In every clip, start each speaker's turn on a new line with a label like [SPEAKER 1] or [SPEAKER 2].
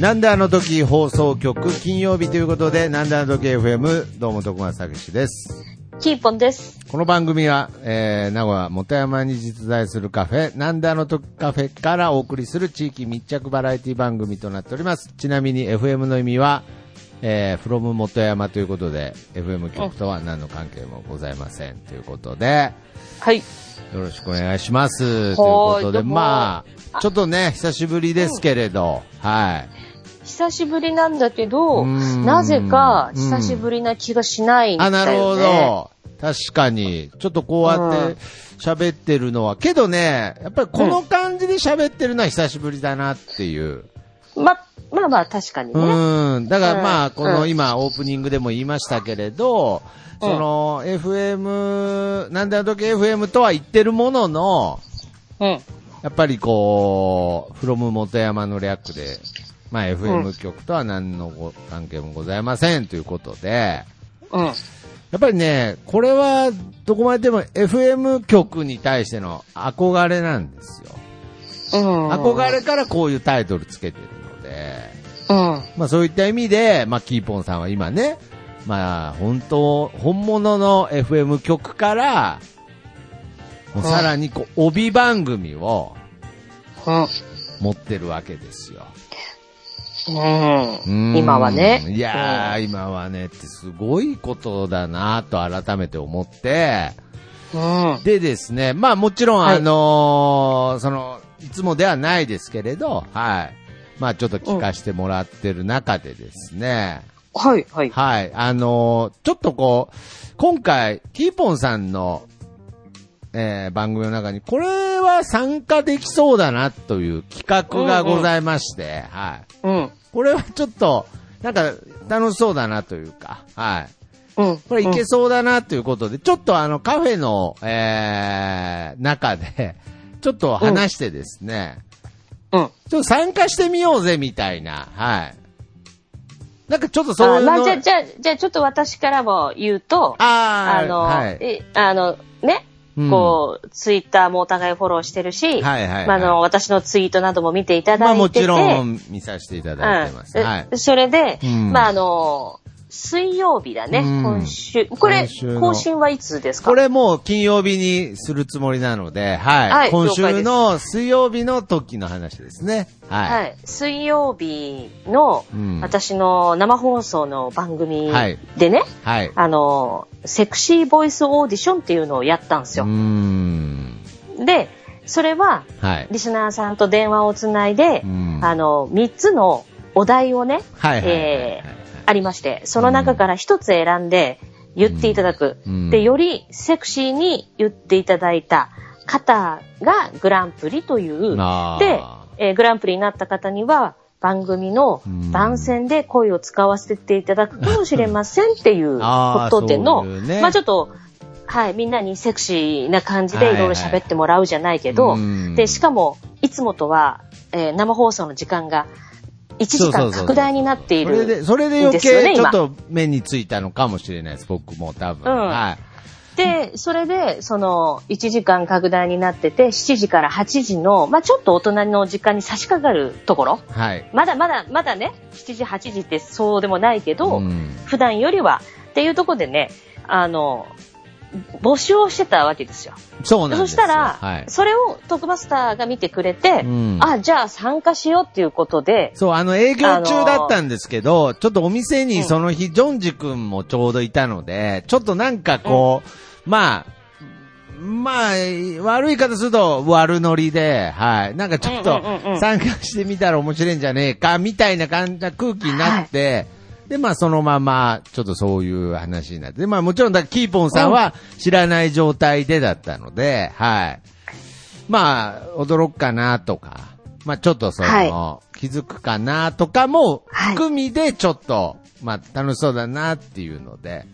[SPEAKER 1] なんであの時放送局金曜日ということで、なんであの時 FM、どうも徳松たけしです。
[SPEAKER 2] キーポンです。
[SPEAKER 1] この番組は、えー、名古屋元山に実在するカフェ、なんであの時カフェからお送りする地域密着バラエティ番組となっております。ちなみに FM の意味は、えー、from 元山ということで、FM 局とは何の関係もございませんということで、
[SPEAKER 2] はい。
[SPEAKER 1] よろしくお願いします。ということ
[SPEAKER 2] ど
[SPEAKER 1] で、
[SPEAKER 2] うも
[SPEAKER 1] まあ、ちょっとね、久しぶりですけれど、はい。
[SPEAKER 2] 久しぶりなんだけど、
[SPEAKER 1] うーん
[SPEAKER 2] なぜか久しぶりな気がしないんだ
[SPEAKER 1] あ、
[SPEAKER 2] よ、ね。
[SPEAKER 1] なるほ。ど。確かに。ちょっとこうやって喋ってるのは、けどね、やっぱりこの感じで喋ってるのは久しぶりだなっていう。
[SPEAKER 2] ま、まあまあ確かにね。
[SPEAKER 1] うん。だからまあ、
[SPEAKER 2] うん
[SPEAKER 1] この今オープニングでも言いましたけれど、その FM、なんであの時 FM とは言ってるものの、
[SPEAKER 2] うん。
[SPEAKER 1] やっぱりこう、from 元山の略で、まあ FM 局とは何のご関係もございませんということで、
[SPEAKER 2] うん。
[SPEAKER 1] やっぱりね、これはどこまででも FM 局に対しての憧れなんですよ。
[SPEAKER 2] うん。
[SPEAKER 1] 憧れからこういうタイトルつけてるので、
[SPEAKER 2] うん。
[SPEAKER 1] まあそういった意味で、まあキーポンさんは今ね、まあ本当、本物の FM 局から、もうさらにこう帯番組を持ってるわけですよ。
[SPEAKER 2] うん。
[SPEAKER 1] う
[SPEAKER 2] うん。
[SPEAKER 1] ん
[SPEAKER 2] 今はね。
[SPEAKER 1] いやー、今はねってすごいことだなと改めて思って、
[SPEAKER 2] うん。うん。
[SPEAKER 1] でですね、まあもちろん、
[SPEAKER 2] はい
[SPEAKER 1] あのーその、いつもではないですけれど、はい。まあちょっと聞かせてもらってる中でですね、
[SPEAKER 2] はい、はい。
[SPEAKER 1] はい。あのーちょっとこう、今回、キーポンさんの、えー番組の中に、これは参加できそうだなという企画がございまして、はい。
[SPEAKER 2] うん。
[SPEAKER 1] これはちょっと、なんか、楽しそうだなというか、はい。
[SPEAKER 2] うん。
[SPEAKER 1] これいけそうだなということで、ちょっとあのカフェの、えー、中で、 ちょっと話してですね、
[SPEAKER 2] うん。うん。
[SPEAKER 1] ちょっと参加してみようぜみたいな、はい。なんかちょっとそう
[SPEAKER 2] あ
[SPEAKER 1] いうの。
[SPEAKER 2] まあ、じゃあ、じゃあ、じゃあちょっと私からも言うと、
[SPEAKER 1] あー
[SPEAKER 2] あの、
[SPEAKER 1] はい。
[SPEAKER 2] えあの、ね、
[SPEAKER 1] うん
[SPEAKER 2] こう、ツイッターもお互いフォローしてるし、
[SPEAKER 1] はいはいはい
[SPEAKER 2] まあ、あの、私のツイートなども見ていた
[SPEAKER 1] ま
[SPEAKER 2] だ
[SPEAKER 1] あ
[SPEAKER 2] いて
[SPEAKER 1] もち
[SPEAKER 2] て、
[SPEAKER 1] ろん見させていただいてます。
[SPEAKER 2] うん
[SPEAKER 1] はい。
[SPEAKER 2] それで、
[SPEAKER 1] うん
[SPEAKER 2] まあ、あの、水曜日だね、
[SPEAKER 1] うん
[SPEAKER 2] 今週。これ
[SPEAKER 1] 今週、の
[SPEAKER 2] 更新はいつですか
[SPEAKER 1] これもう金曜日にするつもりなので、はい。
[SPEAKER 2] はい
[SPEAKER 1] 今週の水曜日の時の話ですね。はい。
[SPEAKER 2] はい。水曜日の
[SPEAKER 1] うん、
[SPEAKER 2] 私の生放送の番組
[SPEAKER 1] はい
[SPEAKER 2] でね、
[SPEAKER 1] はい。
[SPEAKER 2] あの、セクシーボイスオーディションっていうのをやったんです
[SPEAKER 1] うー
[SPEAKER 2] よ。
[SPEAKER 1] ん。
[SPEAKER 2] で、それは、
[SPEAKER 1] はい。
[SPEAKER 2] リスナーさんと電話をつないで、
[SPEAKER 1] うん
[SPEAKER 2] あの、3つのお題をね、
[SPEAKER 1] はいはいはいはいはい
[SPEAKER 2] えーありまして、その中から1つ選んで言っていただく。
[SPEAKER 1] うん
[SPEAKER 2] で、よりセクシーに言っていただいた方がグランプリという。
[SPEAKER 1] あ
[SPEAKER 2] で
[SPEAKER 1] ー、
[SPEAKER 2] えーグランプリになった方には、番組の
[SPEAKER 1] うん
[SPEAKER 2] 番宣で声を使わせていただくかもしれませんっていうこ
[SPEAKER 1] あー
[SPEAKER 2] とでの、
[SPEAKER 1] そういうね
[SPEAKER 2] まあちょっと、はい、みんなにセクシーな感じでいろいろ喋ってもらうじゃないけど、
[SPEAKER 1] はいはいうん
[SPEAKER 2] で、しかも、いつもとは、えー生放送の時間が1時間拡大になっている
[SPEAKER 1] それで、それで
[SPEAKER 2] ん
[SPEAKER 1] 余
[SPEAKER 2] ですよね、
[SPEAKER 1] 計ちょ
[SPEAKER 2] 今
[SPEAKER 1] っ。と目についたのかもしれないです、僕も多分。
[SPEAKER 2] うん
[SPEAKER 1] は
[SPEAKER 2] で、それで、その、1時間拡大になってて、7時から8時の、まあちょっと大人の時間に差し掛かるところ、
[SPEAKER 1] い。はい。
[SPEAKER 2] まだまだ、まだね、7時、8時ってそうでもないけど、
[SPEAKER 1] うん
[SPEAKER 2] 普段よりは、っていうところでね、あの、募集をしてたわけですよ。
[SPEAKER 1] そうなん
[SPEAKER 2] そ
[SPEAKER 1] です
[SPEAKER 2] し
[SPEAKER 1] よ
[SPEAKER 2] たら、
[SPEAKER 1] はい。
[SPEAKER 2] それをトークバスターが見てくれて、
[SPEAKER 1] うん
[SPEAKER 2] あ、じゃあ参加しようっていうことで、
[SPEAKER 1] そう、あの、営業中だったんですけど、ちょっとお店にその日、ジョンジ君もちょうどいたので、ちょっとなんかこう、まあ、まあ、悪い言い方すると悪ノリで、はい。なんかちょっ
[SPEAKER 2] うんうんうんう
[SPEAKER 1] と
[SPEAKER 2] ん
[SPEAKER 1] 参加してみたら面白いんじゃねえか、みたいな感じな空気になって、で、まあそのまま、ちょっとそういう話になって、でまあもちろんだ、キーポンさんは知らない状態でだったので、はい。まあ、驚くかなとか、まあちょっとその、
[SPEAKER 2] は
[SPEAKER 1] 気づくかなとかも
[SPEAKER 2] はい
[SPEAKER 1] 含みでちょっと、まあ楽しそうだなっていうので、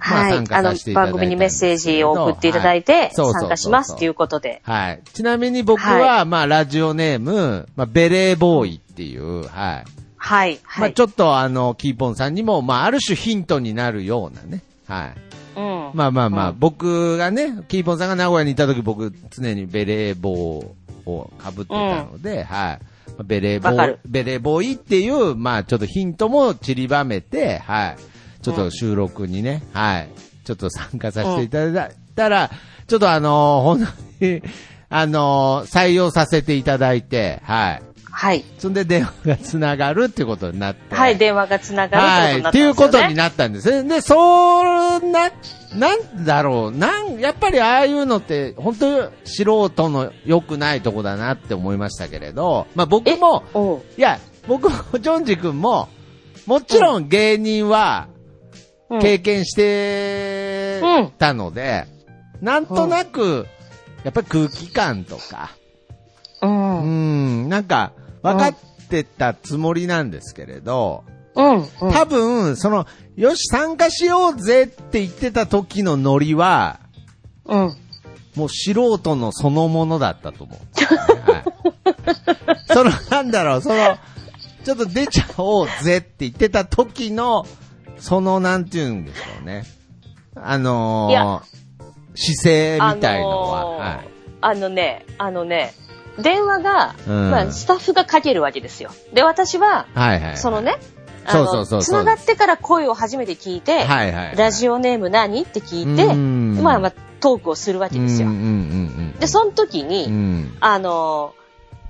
[SPEAKER 1] まあ
[SPEAKER 2] はい
[SPEAKER 1] 参。加させていただい
[SPEAKER 2] あの、
[SPEAKER 1] たんですけど
[SPEAKER 2] 番組にメッセージを送っていただいて、
[SPEAKER 1] はいそうそうそうそう
[SPEAKER 2] 参加しますということで。
[SPEAKER 1] はい。ちなみに僕は、まあラジオネーム、まあベレーボーイっていう、はい。
[SPEAKER 2] はい。
[SPEAKER 1] ま
[SPEAKER 2] は
[SPEAKER 1] あ
[SPEAKER 2] い。
[SPEAKER 1] ちょっとあの、キーポンさんにも、まあある種ヒントになるようなね、はい。
[SPEAKER 2] うん。
[SPEAKER 1] まあまあまあ、
[SPEAKER 2] うん
[SPEAKER 1] 僕がね、キーポンさんが名古屋にいた時僕、常にベレー帽をかぶってたので、はい。ベレー
[SPEAKER 2] わか
[SPEAKER 1] 帽
[SPEAKER 2] る、
[SPEAKER 1] ベレー帽いいっていう、まあちょっとヒントも散りばめて、はい。ちょっと収録にね、はい。ちょっと参加させていただいたら、ちょっとあのー本当に、あのー採用させていただいて、はい。
[SPEAKER 2] はい。
[SPEAKER 1] そんで電話がつながるってことになって。
[SPEAKER 2] はい。電話がつなが
[SPEAKER 1] は
[SPEAKER 2] る
[SPEAKER 1] い。っていうことに
[SPEAKER 2] な
[SPEAKER 1] な
[SPEAKER 2] っ
[SPEAKER 1] ったんですね。で、そうな、なんだろう。なん、やっぱりああいうのって、本当素人の良くないとこだなって思いましたけれど、まあ僕
[SPEAKER 2] たんですよね。
[SPEAKER 1] も、
[SPEAKER 2] えおう
[SPEAKER 1] いや、僕も、ジョンジ君も、もちろん芸人は
[SPEAKER 2] うん
[SPEAKER 1] 経験してたので、なんとなく、やっぱり空気感とか、
[SPEAKER 2] う。
[SPEAKER 1] うんん、なんか、分かってたつもりなんですけれど、
[SPEAKER 2] うん。うん。
[SPEAKER 1] 多分、その、よし、参加しようぜって言ってた時のノリは、
[SPEAKER 2] うん。
[SPEAKER 1] もう素人のそのものだったと思う。 はい、その、なんだろう、その、ちょっと出ちゃおうぜって言ってた時の、その、なんて言うんでしょうね。あ
[SPEAKER 2] いや
[SPEAKER 1] のー、姿勢みたいのは、
[SPEAKER 2] あのーあのね、あのね、電話が、
[SPEAKER 1] うん
[SPEAKER 2] まあ、スタッフがかけるわけですよ。で、私は、
[SPEAKER 1] はい。はいはい。
[SPEAKER 2] その、ね、あの
[SPEAKER 1] そうそうそう
[SPEAKER 2] つ
[SPEAKER 1] そう
[SPEAKER 2] ながってから声を初めて聞いて、
[SPEAKER 1] はいはい。
[SPEAKER 2] ラジオネーム何って聞いて、
[SPEAKER 1] うん
[SPEAKER 2] まあまあ、トークをするわけですよ。
[SPEAKER 1] うんうんうんうん。
[SPEAKER 2] で、その時に、
[SPEAKER 1] うん。
[SPEAKER 2] あの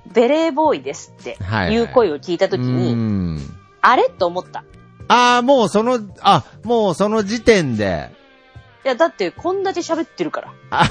[SPEAKER 2] ー、ベレーボーイですって
[SPEAKER 1] はい
[SPEAKER 2] いう声を聞いた時に、
[SPEAKER 1] うん
[SPEAKER 2] あれと思った。い
[SPEAKER 1] ああ、もうその、あ、もうその時点で。
[SPEAKER 2] や、だってこんだけ喋ってるから。
[SPEAKER 1] あ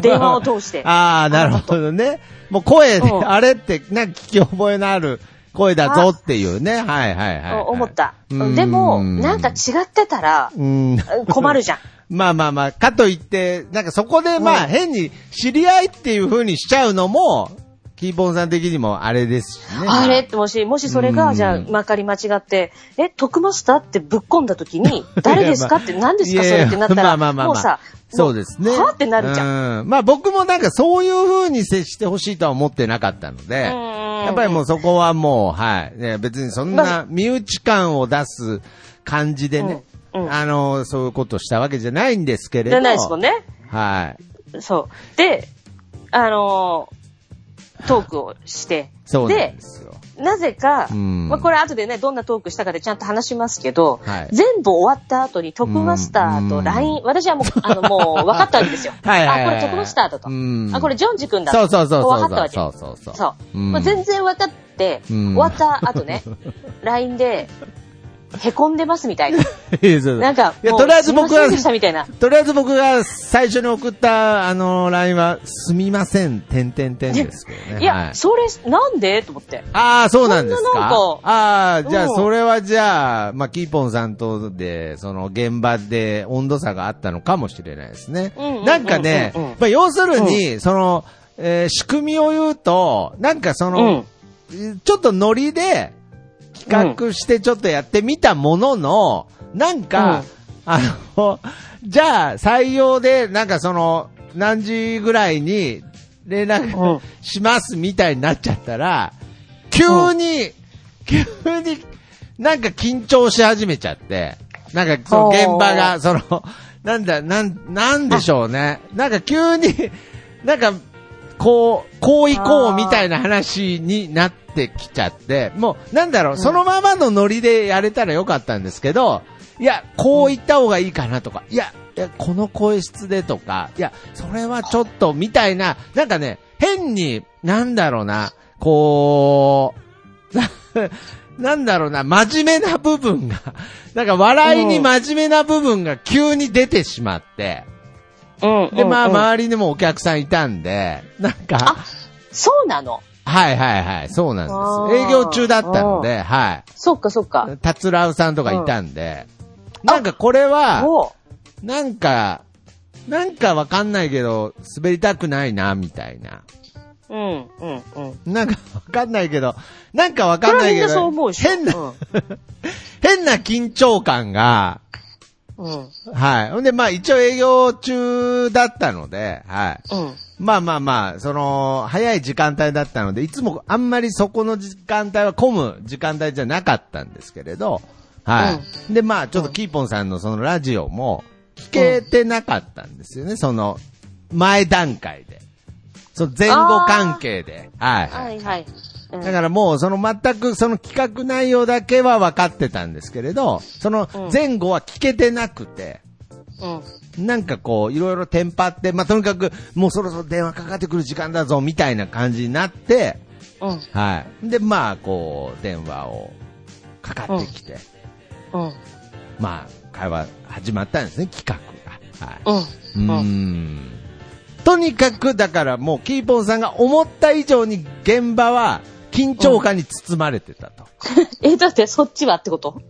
[SPEAKER 2] 電話を通して
[SPEAKER 1] ああ、なるほどね。もう声で、
[SPEAKER 2] うん
[SPEAKER 1] あれって、なんか聞き覚えのある声だぞっていうね。はいはいはい、はい。
[SPEAKER 2] 思った。
[SPEAKER 1] うん
[SPEAKER 2] でも、なんか違ってたら、
[SPEAKER 1] うん。
[SPEAKER 2] 困るじゃん。
[SPEAKER 1] まあまあまあ、かといって、なんかそこでまあ、
[SPEAKER 2] うん
[SPEAKER 1] 変に知り合いっていう風にしちゃうのも、キーボンさん的にもあれですしね。
[SPEAKER 2] あれってもし、もしそれ
[SPEAKER 1] う
[SPEAKER 2] が、
[SPEAKER 1] ん
[SPEAKER 2] じゃあ、まかり間違って、え、徳マスターってぶっ込んだ 時に、 誰ですかって、何ですか
[SPEAKER 1] い
[SPEAKER 2] そ
[SPEAKER 1] やい
[SPEAKER 2] れ
[SPEAKER 1] や
[SPEAKER 2] ってなった
[SPEAKER 1] まあ
[SPEAKER 2] ら、
[SPEAKER 1] まあまあまあ
[SPEAKER 2] もうさ、
[SPEAKER 1] そうですね。
[SPEAKER 2] もうはぁってなるじゃん。
[SPEAKER 1] ん。まあ僕もなんかそういう風に接してほしいとは思ってなかったので、
[SPEAKER 2] うん
[SPEAKER 1] やっぱりもうそこはもう、はい。ね、別にそん
[SPEAKER 2] ま
[SPEAKER 1] な身内感を出す感じでね、
[SPEAKER 2] うんうん
[SPEAKER 1] あの、そういうことしたわけじゃないんですけれ
[SPEAKER 2] じ
[SPEAKER 1] ど。
[SPEAKER 2] ゃないですもんね。
[SPEAKER 1] はい。
[SPEAKER 2] そう。で、あのートークをして、
[SPEAKER 1] そうなんですよ。
[SPEAKER 2] なぜか、
[SPEAKER 1] うん
[SPEAKER 2] まあ、これ後でね、どんなトークしたかでちゃんと話しますけど、
[SPEAKER 1] はい。
[SPEAKER 2] 全部終わった後に、徳マスターと LINE、私はもう、あの、もう分かったわけですよ
[SPEAKER 1] はいはいはい
[SPEAKER 2] あ、これ徳マスターだと。
[SPEAKER 1] うん
[SPEAKER 2] あ、これジョンジ君だ
[SPEAKER 1] そう
[SPEAKER 2] と。
[SPEAKER 1] そうそう
[SPEAKER 2] も
[SPEAKER 1] そう
[SPEAKER 2] 分かったわけ。
[SPEAKER 1] そうそうそう
[SPEAKER 2] そう。
[SPEAKER 1] うん
[SPEAKER 2] まあ、全然分かって、
[SPEAKER 1] うん
[SPEAKER 2] 終わった後ね、LINE で、へこんでますみたいな。なんか、
[SPEAKER 1] いや、
[SPEAKER 2] もう
[SPEAKER 1] とりあえず僕
[SPEAKER 2] すいませ
[SPEAKER 1] は
[SPEAKER 2] んでしたみたいな。
[SPEAKER 1] とりあえず僕が最初に送った、あの、LINE は、すみません、てんてんてんですけどね。
[SPEAKER 2] いや、
[SPEAKER 1] はい
[SPEAKER 2] それ、なんでと思って。
[SPEAKER 1] ああ、そうなんですか。
[SPEAKER 2] そんななんか
[SPEAKER 1] ああ、じゃあ、
[SPEAKER 2] うん
[SPEAKER 1] それはじゃあ、まあ、キーポンさんとで、その現場で温度差があったのかもしれないですね。
[SPEAKER 2] うんうんうんうん
[SPEAKER 1] なんかね、まあ、要するに、その、えー仕組みを言うと、なんかその、ちょっとノリで、企画してちょっとやってみたものの、なんか、
[SPEAKER 2] うん
[SPEAKER 1] あの、じゃあ採用で、なんかその、何時ぐらいに連
[SPEAKER 2] う
[SPEAKER 1] 絡
[SPEAKER 2] ん
[SPEAKER 1] しますみたいになっちゃったら、急に、急になんか緊張し始めちゃって、なんかその現場が、その、なんだ、なん、なんでしょうね。なんか急に、なんか、こう、こう行こうみたいな話になってきちゃって、もう、なんだろう、そのままのノリでやれたらよかったんですけど、いや、こう行った方がいいかなとか、いや、いやこの声質でとか、いや、それはちょっと、みたいな、なんかね、変に、なんだろうな、こう、ななんだろうな、 真面目な部分が、なんか笑いに真面目な部分が急に出てしまって、
[SPEAKER 2] うん。
[SPEAKER 1] で、まあ、
[SPEAKER 2] うんうん
[SPEAKER 1] 周りにもお客さんいたんで、なんか、
[SPEAKER 2] あ、そうなの。
[SPEAKER 1] はいはいはい、そうな
[SPEAKER 2] あ
[SPEAKER 1] ん
[SPEAKER 2] ー
[SPEAKER 1] です。営業中だったので、は
[SPEAKER 2] そっかそっか
[SPEAKER 1] い。。たつらうさんとかいたんで、なんかこれは、
[SPEAKER 2] も
[SPEAKER 1] なんか、なんかわかんないけど、滑りたくないな、みたいな。
[SPEAKER 2] う、うん、うん、うん。
[SPEAKER 1] なんかわかんないけど、なんかわか
[SPEAKER 2] そ
[SPEAKER 1] ん
[SPEAKER 2] れは
[SPEAKER 1] ない
[SPEAKER 2] みん
[SPEAKER 1] け
[SPEAKER 2] なそう
[SPEAKER 1] ど、
[SPEAKER 2] 思うでしょ。
[SPEAKER 1] 変な、 変な緊張感が、
[SPEAKER 2] うん、うん、
[SPEAKER 1] はい。ほんで、まあ一応営業中だったので、はい。
[SPEAKER 2] うん。
[SPEAKER 1] まあまあまあ、その、早い時間帯だったので、いつもあんまりそこの時間帯は混む時間帯じゃなかったんですけれど、はい。で、まあ、ちょっとキーポンさんのそのラジオも聞けてなかったんですよね、その、前段階で。その前後関係で。はい、は。
[SPEAKER 2] はいい、はい。うん
[SPEAKER 1] だからもう、その全くその企画内容だけは分かってたんですけれど、その前後は聞けてなくて、
[SPEAKER 2] うん、
[SPEAKER 1] なんかこう、いろいろテンパって、まあ、とにかく、もうそろそろ電話かかってくる時間だぞ、みたいな感じになって、
[SPEAKER 2] うん、
[SPEAKER 1] はい。で、まあ、こう、電話をかかってきて、
[SPEAKER 2] うん、
[SPEAKER 1] まあ、会話始まったんですね、企画が。はい。
[SPEAKER 2] うん、
[SPEAKER 1] うー
[SPEAKER 2] うん
[SPEAKER 1] ん。とにかく、だからもう、キーポンさんが思った以上に現場は、緊張感に包まれてたと。
[SPEAKER 2] え、だってそっちはってこと
[SPEAKER 1] こ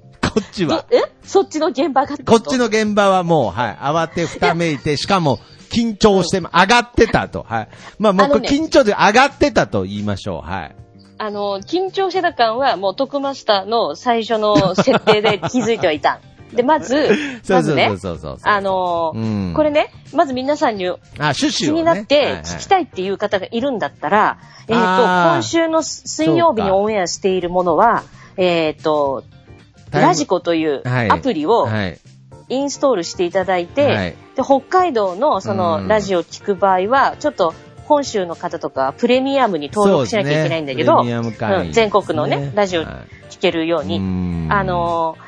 [SPEAKER 1] っちは。
[SPEAKER 2] えそっちの現場がって
[SPEAKER 1] こ
[SPEAKER 2] こ
[SPEAKER 1] っ
[SPEAKER 2] と
[SPEAKER 1] ちの現場はもう、はい、慌てふためいて、しかも、緊張して、上がってたと。はい。まあ、もう、
[SPEAKER 2] あのね
[SPEAKER 1] 緊張で上がってたと言いましょう。はい。
[SPEAKER 2] あの、緊張してた感は、もう、徳マスターの最初の設定で気づいてはいた。で、まず、
[SPEAKER 1] そ
[SPEAKER 2] ま
[SPEAKER 1] うそ
[SPEAKER 2] ず
[SPEAKER 1] う
[SPEAKER 2] ね
[SPEAKER 1] そう、そうそう。
[SPEAKER 2] あ、のー
[SPEAKER 1] うん
[SPEAKER 2] これね、まず皆さんに
[SPEAKER 1] あ、趣旨
[SPEAKER 2] 気
[SPEAKER 1] を、ね。
[SPEAKER 2] になって聞き
[SPEAKER 1] い。
[SPEAKER 2] たいっていう方がいるんだったら、えっ、と、
[SPEAKER 1] あー
[SPEAKER 2] 今週の水曜日にオンエアしているものは、えっ、と、
[SPEAKER 1] タイム
[SPEAKER 2] ラジコという
[SPEAKER 1] はい
[SPEAKER 2] アプリを
[SPEAKER 1] はい。
[SPEAKER 2] インストールしていただいて、
[SPEAKER 1] はい
[SPEAKER 2] で北海道のそうの
[SPEAKER 1] ん
[SPEAKER 2] ラジオを聞く場合は、ちょっと本州の方とかはプレミアムに登録しなきゃいけないんだけど、
[SPEAKER 1] そうですねプレミアム会員
[SPEAKER 2] うん全国のね、ラジオ
[SPEAKER 1] は
[SPEAKER 2] 聞けるよう
[SPEAKER 1] い、う
[SPEAKER 2] に、
[SPEAKER 1] ん
[SPEAKER 2] あ、の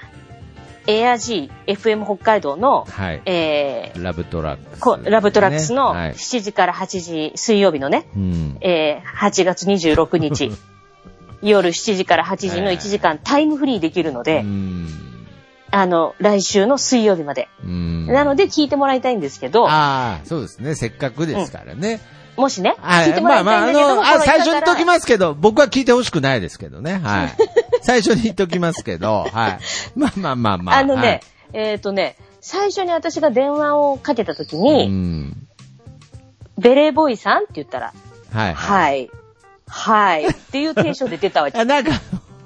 [SPEAKER 2] ー、ARG、FM 北海道の、
[SPEAKER 1] はい。
[SPEAKER 2] えー
[SPEAKER 1] ラブトラックス
[SPEAKER 2] こラブトラックスの
[SPEAKER 1] はい。
[SPEAKER 2] 7時から8時、水曜日のね、
[SPEAKER 1] うん。
[SPEAKER 2] えー8月26日、夜7時から8時の1時間タイムフリーできるの
[SPEAKER 1] う
[SPEAKER 2] で、
[SPEAKER 1] ん。
[SPEAKER 2] あの、来週の水曜日まで。
[SPEAKER 1] うん。
[SPEAKER 2] なので聞いてもらいたいんですけど、
[SPEAKER 1] ああ、そうですね。せっかくですからね。
[SPEAKER 2] もしね、
[SPEAKER 1] は
[SPEAKER 2] 聞いてもらいたいんだけども、
[SPEAKER 1] まあまあ、あの、あ、最初に言っとき
[SPEAKER 2] す。
[SPEAKER 1] ますけど、僕は聞いてほしくないですけどね。はい。 最初に言っときますけど、はい。まあまあまあまあ。
[SPEAKER 2] あのね、えっ、とね、最初に私が電話をかけた時
[SPEAKER 1] はい、う
[SPEAKER 2] に、
[SPEAKER 1] ん。
[SPEAKER 2] ベレーボーイさんって言ったら、
[SPEAKER 1] はい。
[SPEAKER 2] はい、はい、っていうテンションで出たわ け。
[SPEAKER 1] あなんか、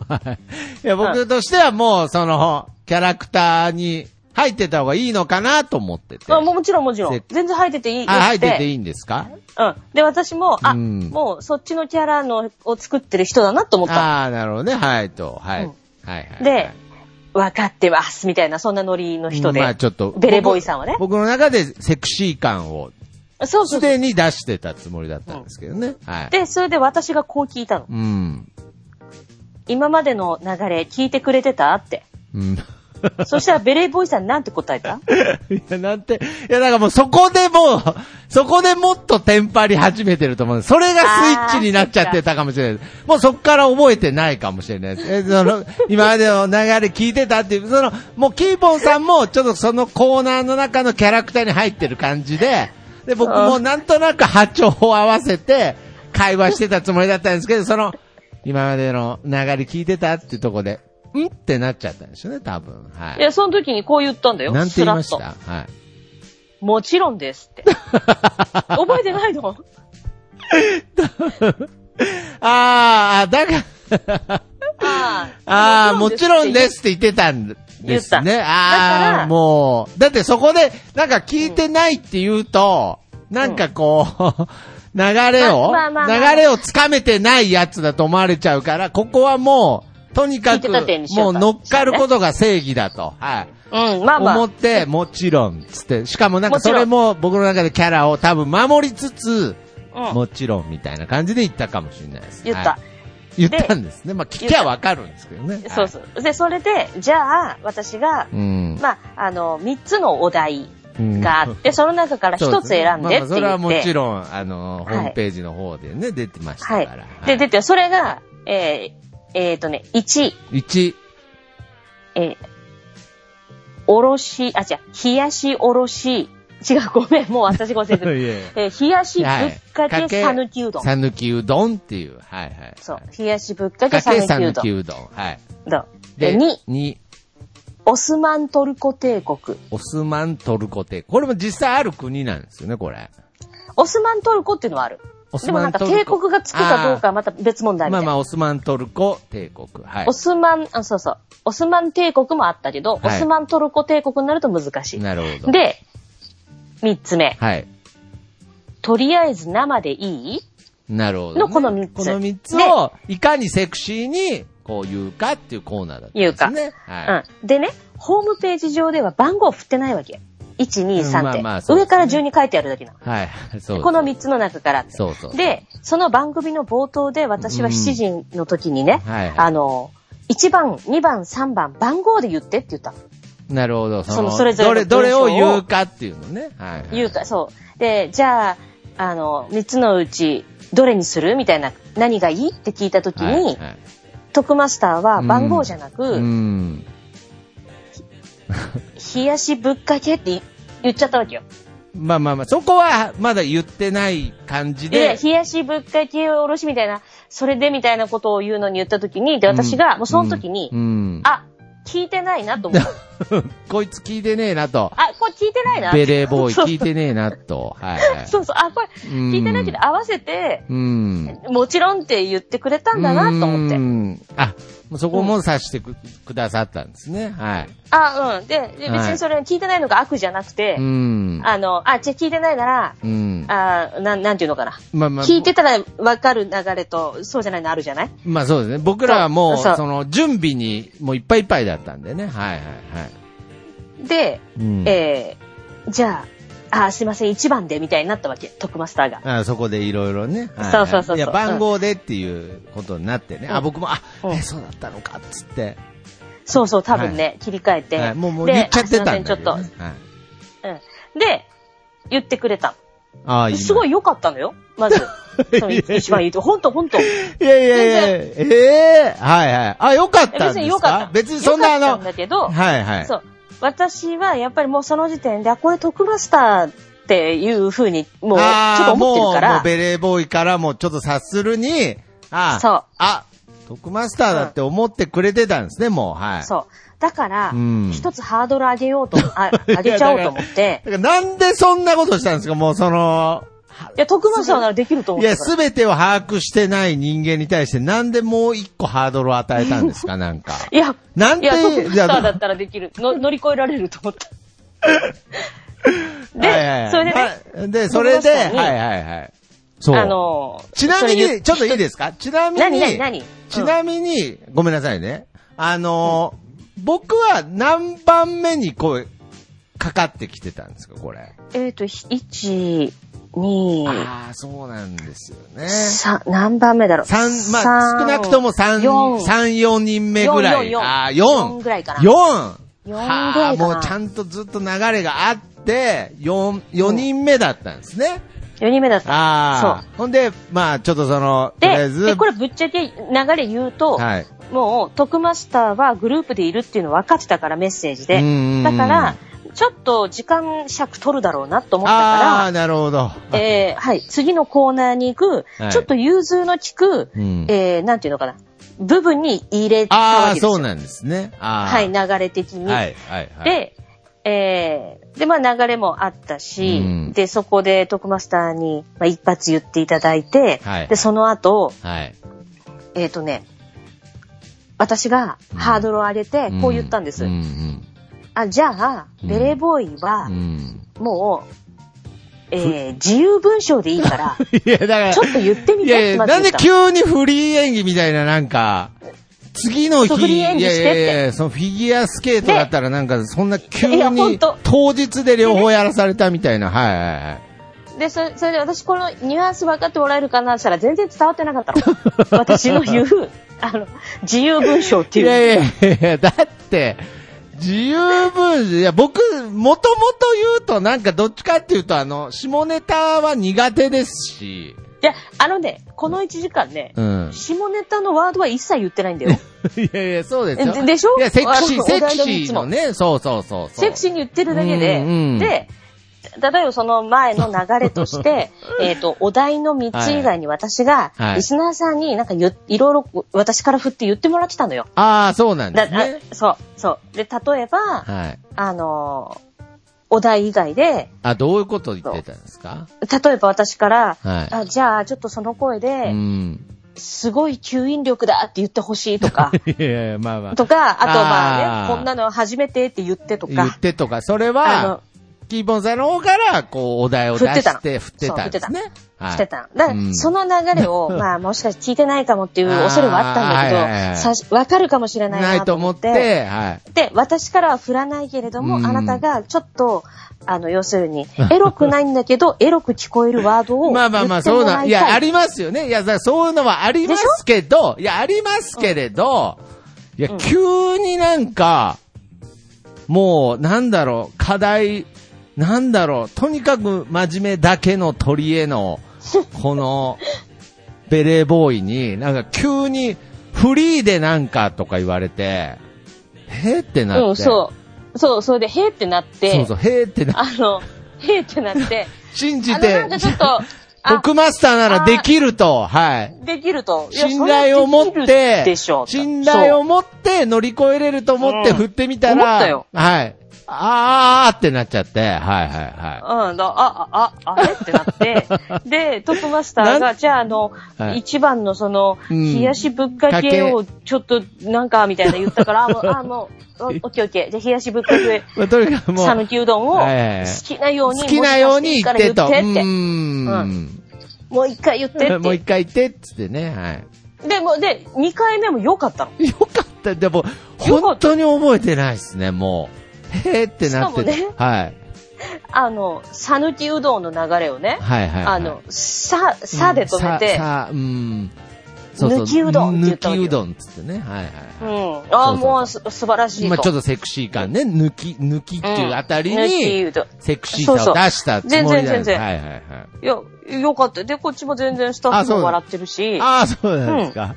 [SPEAKER 1] はいいや、僕としてはもう、その、キャラクターに入ってた方がいいのかなと思ってて。
[SPEAKER 2] まあ、もうもちろんもちろん
[SPEAKER 1] で。
[SPEAKER 2] 全然入ってていい。よく
[SPEAKER 1] あ、入ってていいんですか
[SPEAKER 2] うん。で、私も、あ、
[SPEAKER 1] うん
[SPEAKER 2] もうそっちのキャラのを作ってる人だなと思った。
[SPEAKER 1] ああー、なるほどね。はい、と。はい。
[SPEAKER 2] うん
[SPEAKER 1] はい、はい。
[SPEAKER 2] で、分かってます、みたいな、そんなノリの人で。
[SPEAKER 1] まあちょっと。
[SPEAKER 2] ベレボーイさんはね。
[SPEAKER 1] 僕僕の中でセクシー感を、
[SPEAKER 2] そうそ
[SPEAKER 1] す
[SPEAKER 2] うそう。
[SPEAKER 1] でに出してたつもりだったんですけどね。はい。
[SPEAKER 2] で、それで私がこう聞いたの。
[SPEAKER 1] うん。
[SPEAKER 2] 今までの流れ聞いてくれてたって。
[SPEAKER 1] うん。
[SPEAKER 2] そしたらベレーボーイさんなんて答え た
[SPEAKER 1] いや、なんて、いや、だからもうそこでもう、そこでもっとテンパり始めてると思う。それがスイッチになっちゃってたかもしれない。もうそこから覚えてないかもしれないです。え、その、 今までの流れ聞いてたっていう、その、もうキーボンさんも、ちょっとそのコーナーの中のキャラクターに入ってる感じで、で、僕もなんとなく波長を合わせて、会話してたつもりだったんですけど、その、今までの流れ聞いてたっていうとこで、んってなっちゃったんですよね、多分。はいい。
[SPEAKER 2] や、その時にこう言ったんだよ。
[SPEAKER 1] なんて言いまし
[SPEAKER 2] スラッ
[SPEAKER 1] たはい。
[SPEAKER 2] ともちろんです って。覚えてないの
[SPEAKER 1] ああ、だから、
[SPEAKER 2] あ。
[SPEAKER 1] ああ、もちろんですすって言ってたんです
[SPEAKER 2] 言
[SPEAKER 1] ね。
[SPEAKER 2] っただか
[SPEAKER 1] ああ、
[SPEAKER 2] ら
[SPEAKER 1] もう、だってそこで、なんか聞いてないって言うと、なんかこう、 流れを、
[SPEAKER 2] まあまあまあまあ
[SPEAKER 1] 流れをつかめてないやつだと思われちゃうから、ここはもう、とにか
[SPEAKER 2] 聞
[SPEAKER 1] く、
[SPEAKER 2] いてた点にし
[SPEAKER 1] も
[SPEAKER 2] よ
[SPEAKER 1] う
[SPEAKER 2] うか
[SPEAKER 1] 乗っかることが正義だと、はい。
[SPEAKER 2] うん、まあまあ。
[SPEAKER 1] 思って、もちろん、つって。しかもなんか
[SPEAKER 2] もち
[SPEAKER 1] そ
[SPEAKER 2] ろん
[SPEAKER 1] れも僕の中でキャラを多分守りつつ、
[SPEAKER 2] うん
[SPEAKER 1] もちろんみたいな感じで言ったかもしれないです。
[SPEAKER 2] 言った
[SPEAKER 1] はい。言ったんですね。まあ、聞きゃわかるんですけどね。
[SPEAKER 2] そう
[SPEAKER 1] う。
[SPEAKER 2] そう。で、それで、じゃあ、私が、
[SPEAKER 1] うん。
[SPEAKER 2] まあ、あの、3つのお題
[SPEAKER 1] うん
[SPEAKER 2] があって、その中から
[SPEAKER 1] そう
[SPEAKER 2] 1つ
[SPEAKER 1] すね
[SPEAKER 2] 選んでって言って。
[SPEAKER 1] まあまあそれはもちろん、あの、ホ
[SPEAKER 2] はい
[SPEAKER 1] ームページの方でね、出てました
[SPEAKER 2] は
[SPEAKER 1] か
[SPEAKER 2] い
[SPEAKER 1] ら。。
[SPEAKER 2] で、出て、それが、えー、えーとね、1、
[SPEAKER 1] 1、
[SPEAKER 2] えー、おろし、あ、違う、冷やしおろし、違う、ごめん、もう私が忘れ てる。
[SPEAKER 1] いえい
[SPEAKER 2] えー、冷やしぶ
[SPEAKER 1] は
[SPEAKER 2] っ
[SPEAKER 1] い
[SPEAKER 2] か
[SPEAKER 1] かけ
[SPEAKER 2] けさぬきうどん。
[SPEAKER 1] さぬきうどんっていう。はいはい。
[SPEAKER 2] そう。冷やしぶっか
[SPEAKER 1] か
[SPEAKER 2] けさぬ
[SPEAKER 1] け
[SPEAKER 2] き
[SPEAKER 1] さ
[SPEAKER 2] う
[SPEAKER 1] ぬ
[SPEAKER 2] ど
[SPEAKER 1] き
[SPEAKER 2] ん。
[SPEAKER 1] うどん。はい。
[SPEAKER 2] どんで、2、
[SPEAKER 1] 2、
[SPEAKER 2] オスマントルコ帝国。
[SPEAKER 1] オスマントルコ帝国。これも実際ある国なんですよね、これ。
[SPEAKER 2] オスマントルコっていうのはある。
[SPEAKER 1] オス
[SPEAKER 2] でも
[SPEAKER 1] マ
[SPEAKER 2] な
[SPEAKER 1] ン
[SPEAKER 2] んか
[SPEAKER 1] トルコ
[SPEAKER 2] 帝国がつくかどうかはまた別問題み
[SPEAKER 1] ま
[SPEAKER 2] た
[SPEAKER 1] あ
[SPEAKER 2] い
[SPEAKER 1] ま
[SPEAKER 2] な。
[SPEAKER 1] あ、オスマントルコ帝国。はい
[SPEAKER 2] オ。スマン、あ、そうそう。オスマン帝国もあったけど、
[SPEAKER 1] はい
[SPEAKER 2] オスマントルコ帝国になると難し
[SPEAKER 1] なるほ
[SPEAKER 2] い。
[SPEAKER 1] ど。、
[SPEAKER 2] で、三つ目。
[SPEAKER 1] はい。
[SPEAKER 2] とりあえず生でいい
[SPEAKER 1] なるほどね、
[SPEAKER 2] のこの三つ
[SPEAKER 1] この三つを、いかにセクシーに、こう言うかっていうコーナーだったんですね。はい。
[SPEAKER 2] うん。でね、ホームページ上では番号振ってないわけ。1、2、
[SPEAKER 1] うん
[SPEAKER 2] 3
[SPEAKER 1] ま
[SPEAKER 2] っ
[SPEAKER 1] あ
[SPEAKER 2] て。
[SPEAKER 1] まあそうですね
[SPEAKER 2] 上から順に書いてあるだけなの。
[SPEAKER 1] はい。そう
[SPEAKER 2] この3つの中からって。
[SPEAKER 1] そうそう。
[SPEAKER 2] で、その番組の冒頭で私は
[SPEAKER 1] うん
[SPEAKER 2] 7時の時にね、
[SPEAKER 1] はいはい
[SPEAKER 2] あの、1番、2番、3番、番号で言ってって言ったの。
[SPEAKER 1] なるほど。
[SPEAKER 2] そのそれぞれの
[SPEAKER 1] どれ、ど
[SPEAKER 2] 文章を
[SPEAKER 1] れを言うかっていうのね。はい、はい。
[SPEAKER 2] 言うか、そう。で、じゃあ、あの、3つのうち、どれにするみたいな、何がいいって聞いた時に、
[SPEAKER 1] はいはい
[SPEAKER 2] トクマスターは番号じゃなく、
[SPEAKER 1] うん。
[SPEAKER 2] 冷やしぶっかけって言っちゃったわけよ。
[SPEAKER 1] まあまあまあ、そこはまだ言ってない感じ
[SPEAKER 2] で
[SPEAKER 1] で、。
[SPEAKER 2] 冷やしぶっかけおろしみたいな、それでみたいなことを言うのに言った時に、で、私が、もうその時に、
[SPEAKER 1] うんうん
[SPEAKER 2] あ、聞いてないな と思った。
[SPEAKER 1] こいつ聞いてねえなと。
[SPEAKER 2] あ、これ聞いてないな。
[SPEAKER 1] ベレーボーイ聞いてねえなと。はいはい。
[SPEAKER 2] そうそう、あ、これ
[SPEAKER 1] うん
[SPEAKER 2] 聞いてないけど合わせて、
[SPEAKER 1] うん。
[SPEAKER 2] もちろんって言ってくれたんだなと思って。
[SPEAKER 1] て。あ、もうそこも察してく,、ださったんですね。はい。
[SPEAKER 2] あ、うん。で、で別
[SPEAKER 1] はい
[SPEAKER 2] にそれ聞いてないのが悪じゃなくて、
[SPEAKER 1] うん。
[SPEAKER 2] あの、あ、じゃあ聞いてないなら、
[SPEAKER 1] うん。
[SPEAKER 2] あなん、なんていうのかな。
[SPEAKER 1] まあまあ、
[SPEAKER 2] 聞いてたらわかる流れと、そうじゃないのあるじゃない
[SPEAKER 1] まあそうですね。僕らはもう、
[SPEAKER 2] そうそ
[SPEAKER 1] そうの、準備に、もういっぱいいっぱいだったんでね。はいはいはい。
[SPEAKER 2] で、
[SPEAKER 1] うん
[SPEAKER 2] えー、じゃあ、あ、すいません、1番で、みたいになったわけ、トックマスターが。
[SPEAKER 1] あそこでいろいろね。はいはい
[SPEAKER 2] そうそうそうそう
[SPEAKER 1] いや、番号でっていうことになってね。
[SPEAKER 2] うん
[SPEAKER 1] あ、僕も、あ、
[SPEAKER 2] うん
[SPEAKER 1] えそうだったのか、っつって。
[SPEAKER 2] そうそう、多分ね、切り替えて。
[SPEAKER 1] はいもう、もう
[SPEAKER 2] で
[SPEAKER 1] 言っちゃってたんだ
[SPEAKER 2] あす
[SPEAKER 1] け
[SPEAKER 2] い
[SPEAKER 1] ど
[SPEAKER 2] ませ
[SPEAKER 1] ね、
[SPEAKER 2] ん、ちょっ
[SPEAKER 1] はい。
[SPEAKER 2] と。うん。で、言ってくれた。
[SPEAKER 1] ああ、いいな。
[SPEAKER 2] すごい良かったのよ、まず。その一番いいと。ほんと、ほんと。
[SPEAKER 1] いやいやいや、ええはいはい。あ、よかったんですか
[SPEAKER 2] 別に良かった。
[SPEAKER 1] 別にそんなあ
[SPEAKER 2] 良かったん
[SPEAKER 1] の、
[SPEAKER 2] だけど、
[SPEAKER 1] はいはい。
[SPEAKER 2] そう。私はやっぱりもうその時点で、あ、これトックマスターっていう風に、もう、ちょっ
[SPEAKER 1] あ
[SPEAKER 2] と
[SPEAKER 1] あ
[SPEAKER 2] 思ってるか
[SPEAKER 1] もう、も
[SPEAKER 2] ら
[SPEAKER 1] う。ベレーボーイからもちょっと察するに、ああ、
[SPEAKER 2] そう
[SPEAKER 1] あ、トクマスターだって思ってくれてたんですね、もう、はい。
[SPEAKER 2] そう。だから
[SPEAKER 1] うん、
[SPEAKER 2] 一つハードル上げようと、あ上げちゃおうと 思って
[SPEAKER 1] だ、からなんでそんなことしたんですか、もうその、
[SPEAKER 2] いや、徳松さんならできると思
[SPEAKER 1] い
[SPEAKER 2] って
[SPEAKER 1] や、
[SPEAKER 2] た
[SPEAKER 1] すべてを把握してない人間に対して、なんでもう一個ハードルを与えたんですか、なんか。
[SPEAKER 2] いや、
[SPEAKER 1] なんて
[SPEAKER 2] いや、徳松
[SPEAKER 1] じゃ
[SPEAKER 2] さ
[SPEAKER 1] あ
[SPEAKER 2] んだったらできる。の 乗り越えられると 思った。
[SPEAKER 1] はいはいは
[SPEAKER 2] で、
[SPEAKER 1] い
[SPEAKER 2] それでね、
[SPEAKER 1] まで、それで、
[SPEAKER 2] 徳松さ
[SPEAKER 1] は
[SPEAKER 2] ん
[SPEAKER 1] い
[SPEAKER 2] に
[SPEAKER 1] はいはい。そう。
[SPEAKER 2] あのー、
[SPEAKER 1] ちなみ
[SPEAKER 2] それ言
[SPEAKER 1] に、ちょっといいですかちなみに、
[SPEAKER 2] 何何何うん
[SPEAKER 1] ちなみに、ごめんなさいね。あのー僕は何番目に声、かかってきてたんですか、これ。
[SPEAKER 2] えっ、と、1、2、
[SPEAKER 1] ああ、そうなんですよね。
[SPEAKER 2] 3、何番目だろう。
[SPEAKER 1] 三まあ、少なくとも三
[SPEAKER 2] 4
[SPEAKER 1] 三四人目ぐらい。
[SPEAKER 2] 4 4
[SPEAKER 1] ああ、
[SPEAKER 2] 4
[SPEAKER 1] 4!
[SPEAKER 2] ぐらいかな
[SPEAKER 1] 4
[SPEAKER 2] ぐらいかな
[SPEAKER 1] はあ、もうちゃんとずっと流れがあって、4、四人目だったんですね。
[SPEAKER 2] 4人目だった。
[SPEAKER 1] ああ。ほんで、まあ、ちょっとその、とりあえ
[SPEAKER 2] で、
[SPEAKER 1] ず、
[SPEAKER 2] でこれぶっちゃけ流れ言うと、
[SPEAKER 1] はい。
[SPEAKER 2] もう、徳マスターはグループでいるっていうの分かってたから、メッセージ
[SPEAKER 1] う
[SPEAKER 2] で
[SPEAKER 1] んうんうん。
[SPEAKER 2] だから、ちょっと時間尺取るだろうなと思った
[SPEAKER 1] ああ
[SPEAKER 2] か
[SPEAKER 1] ー、なるほど。
[SPEAKER 2] ら、えーはい、次のコーナーに行く、
[SPEAKER 1] はい
[SPEAKER 2] ちょっと融通の利く、
[SPEAKER 1] うん
[SPEAKER 2] えーなんていうのかな、部分に入れた
[SPEAKER 1] あ
[SPEAKER 2] わ
[SPEAKER 1] あ、
[SPEAKER 2] けですよ。
[SPEAKER 1] そうなんですね。あ
[SPEAKER 2] はい、
[SPEAKER 1] な
[SPEAKER 2] 流れ的に。
[SPEAKER 1] はい、はい、はい。、
[SPEAKER 2] で、えーで、まあ流れもあったし、
[SPEAKER 1] うん
[SPEAKER 2] で、そこで徳マスターに、まあ、一発言っていただいて、
[SPEAKER 1] はい
[SPEAKER 2] で、その後、
[SPEAKER 1] はい。
[SPEAKER 2] えっ、とね、私がハードルを上げて、こう言ったんです。
[SPEAKER 1] うん、うん
[SPEAKER 2] あ、じゃあ、
[SPEAKER 1] うん
[SPEAKER 2] ベレーボーイ
[SPEAKER 1] う
[SPEAKER 2] は
[SPEAKER 1] ん。う、ん。
[SPEAKER 2] もう、えー自由文章でい いから、
[SPEAKER 1] いや、だから、
[SPEAKER 2] ちょっと言ってみ
[SPEAKER 1] い
[SPEAKER 2] てっ
[SPEAKER 1] やい
[SPEAKER 2] て
[SPEAKER 1] や、
[SPEAKER 2] まず
[SPEAKER 1] なん
[SPEAKER 2] 言っ
[SPEAKER 1] で
[SPEAKER 2] た
[SPEAKER 1] 急
[SPEAKER 2] の。
[SPEAKER 1] にフリー演技みたいな、なんか、次の
[SPEAKER 2] そう
[SPEAKER 1] 日、
[SPEAKER 2] フリー演技してって
[SPEAKER 1] いやいやいや、そのフィギュアスケートだったらなんか、そんな急
[SPEAKER 2] いやほん
[SPEAKER 1] に
[SPEAKER 2] と、
[SPEAKER 1] 当日で両方やらされたみたいな、はいはいはい。
[SPEAKER 2] で、それそれで私このニュアンス分かってもらえるかなってしたら全然伝わってなかったの。 私の言う、あの、自由文章って
[SPEAKER 1] い
[SPEAKER 2] いう。
[SPEAKER 1] やいやいや、だって、自由分いや、僕、もともと言うと、なんかどっちかっていうと、あの、下ネタは苦手ですし、
[SPEAKER 2] いや、あのね、この1時間ね、
[SPEAKER 1] うん。
[SPEAKER 2] 下ネタのワードは一切言ってないんだよ。
[SPEAKER 1] いやいや、そうですよ。
[SPEAKER 2] ででしょ
[SPEAKER 1] いや、セクシー、
[SPEAKER 2] あの
[SPEAKER 1] セク
[SPEAKER 2] お題
[SPEAKER 1] シ
[SPEAKER 2] の三
[SPEAKER 1] ー
[SPEAKER 2] つも
[SPEAKER 1] のね、そうそうそうそう。
[SPEAKER 2] セクシーに言ってるだけ
[SPEAKER 1] うんうん
[SPEAKER 2] で、で、例えばその前の流れとして、えっと、お題の3つ以外に私が
[SPEAKER 1] は、い
[SPEAKER 2] リスナーさんになんか言いろいろ私から振って言ってもらってたのよ。
[SPEAKER 1] ああ、そうなん
[SPEAKER 2] だ
[SPEAKER 1] で
[SPEAKER 2] あ
[SPEAKER 1] すね。
[SPEAKER 2] そう、そう。で、例えば、
[SPEAKER 1] はい。
[SPEAKER 2] あのーお題以外で、
[SPEAKER 1] あ、どういうこと言ってたんですか
[SPEAKER 2] 例えば私から、
[SPEAKER 1] はい
[SPEAKER 2] あじゃあちょっとその声
[SPEAKER 1] う
[SPEAKER 2] で、
[SPEAKER 1] ん。、
[SPEAKER 2] すごい吸引力だって言ってほしいとか
[SPEAKER 1] いやいや、まあまあ。
[SPEAKER 2] とか、あとま
[SPEAKER 1] あ
[SPEAKER 2] あね、
[SPEAKER 1] ー
[SPEAKER 2] こんなの初めてって言ってと
[SPEAKER 1] 言っ
[SPEAKER 2] か、
[SPEAKER 1] てとか、それ
[SPEAKER 2] あ
[SPEAKER 1] は
[SPEAKER 2] の、
[SPEAKER 1] キーボンさんの方から、こう、お題を出して、振
[SPEAKER 2] 振
[SPEAKER 1] っ
[SPEAKER 2] ってて
[SPEAKER 1] た
[SPEAKER 2] た
[SPEAKER 1] ん
[SPEAKER 2] の
[SPEAKER 1] ですね。はい
[SPEAKER 2] してた。だか
[SPEAKER 1] う
[SPEAKER 2] ら、
[SPEAKER 1] ん
[SPEAKER 2] その流 れを、まあもしかして聞いてないかもっていう恐れはあったん
[SPEAKER 1] あーはいはいはい
[SPEAKER 2] だけど、さわかるかもしれない
[SPEAKER 1] ない
[SPEAKER 2] な
[SPEAKER 1] と
[SPEAKER 2] と
[SPEAKER 1] 思
[SPEAKER 2] 思
[SPEAKER 1] っ、
[SPEAKER 2] ってて、
[SPEAKER 1] はい。
[SPEAKER 2] で、私からは振らないけれども、
[SPEAKER 1] うん
[SPEAKER 2] あなたがちょっと、あの、要す るに、エロくないんだけど、エロく聞こえるワードを言っても
[SPEAKER 1] ま
[SPEAKER 2] ら
[SPEAKER 1] あ
[SPEAKER 2] いた
[SPEAKER 1] まあ
[SPEAKER 2] い。
[SPEAKER 1] まあ、そうな、いや、ありますよね。いや、だからそういうのはありますけど、いや、ありますけれど、いや
[SPEAKER 2] う、ん
[SPEAKER 1] 急になんか、もう、なんだろう、課題、なんだろう、とにかく真面目だけの鳥へ の、この、ベレーボーイに、なんか急に、フリーでなんかとか言われて、へーってなって。
[SPEAKER 2] うん、そう。そう、それで、へーってなって、
[SPEAKER 1] そうそう、へーってな、
[SPEAKER 2] あの、へーって なって、
[SPEAKER 1] 信じ
[SPEAKER 2] あの、
[SPEAKER 1] て
[SPEAKER 2] なん、かちょっと、
[SPEAKER 1] ト
[SPEAKER 2] あ、
[SPEAKER 1] クマスターならできると、はい。
[SPEAKER 2] できると。いや
[SPEAKER 1] 信頼を持っ
[SPEAKER 2] それはできる
[SPEAKER 1] て
[SPEAKER 2] でしょ、
[SPEAKER 1] 信頼
[SPEAKER 2] を。
[SPEAKER 1] を持って乗り越えれると思って
[SPEAKER 2] うん
[SPEAKER 1] 振ってみた
[SPEAKER 2] 思った
[SPEAKER 1] ら
[SPEAKER 2] よ、
[SPEAKER 1] はい。あーってなっちゃって、はいはいは
[SPEAKER 2] うん、だあ、あ、あ、あれってな って、で、トップマスタ
[SPEAKER 1] な
[SPEAKER 2] ーが、じゃあ、あの、
[SPEAKER 1] はい
[SPEAKER 2] 一番のその、
[SPEAKER 1] うん
[SPEAKER 2] 冷やしぶっかけをちょっと、なんか、みたいな言ったから、あ、もう、あ、もう、おオッケーオッケー。じゃあ、冷やしぶっかけ、
[SPEAKER 1] い。まあ、とにかくも
[SPEAKER 2] 讃
[SPEAKER 1] う、
[SPEAKER 2] 岐うどんを、
[SPEAKER 1] はいはいはい
[SPEAKER 2] 好きなように、
[SPEAKER 1] 好きなように言ってと。う
[SPEAKER 2] もう一回言って
[SPEAKER 1] ー
[SPEAKER 2] って
[SPEAKER 1] ん。
[SPEAKER 2] も
[SPEAKER 1] もう
[SPEAKER 2] う一回言ってっ
[SPEAKER 1] 一回言ってっつってね、はい。
[SPEAKER 2] て。で、もう、で、二回目も良かったの。
[SPEAKER 1] よかった。でも、
[SPEAKER 2] た
[SPEAKER 1] 本当に覚えてないですね、もう。へーってなってて
[SPEAKER 2] しかもね
[SPEAKER 1] はい。
[SPEAKER 2] あの、讃岐うどんの流れをね、
[SPEAKER 1] はいはいはい。
[SPEAKER 2] あの、さ、さで止め
[SPEAKER 1] うん
[SPEAKER 2] て、
[SPEAKER 1] さ、さ、うん。そうそう
[SPEAKER 2] 抜きうどんって言ったわ
[SPEAKER 1] 抜き
[SPEAKER 2] け
[SPEAKER 1] う
[SPEAKER 2] よ
[SPEAKER 1] どんっつってね、はいはいはい。
[SPEAKER 2] う
[SPEAKER 1] そ
[SPEAKER 2] ん。あ
[SPEAKER 1] うそうそう
[SPEAKER 2] あ、もうす素晴らしい
[SPEAKER 1] まあ
[SPEAKER 2] と。
[SPEAKER 1] ちょっとセクシー感ね、抜き、抜きっていうあたり
[SPEAKER 2] うん抜き
[SPEAKER 1] に、
[SPEAKER 2] うどん
[SPEAKER 1] セクシーさを出したつもりなんです
[SPEAKER 2] そうそう全然全然
[SPEAKER 1] はいはいはい。
[SPEAKER 2] いや、よかった。で、こっちも全然スタッ
[SPEAKER 1] あ
[SPEAKER 2] フ
[SPEAKER 1] そう
[SPEAKER 2] も笑ってるし、
[SPEAKER 1] ああ、そうなんですか。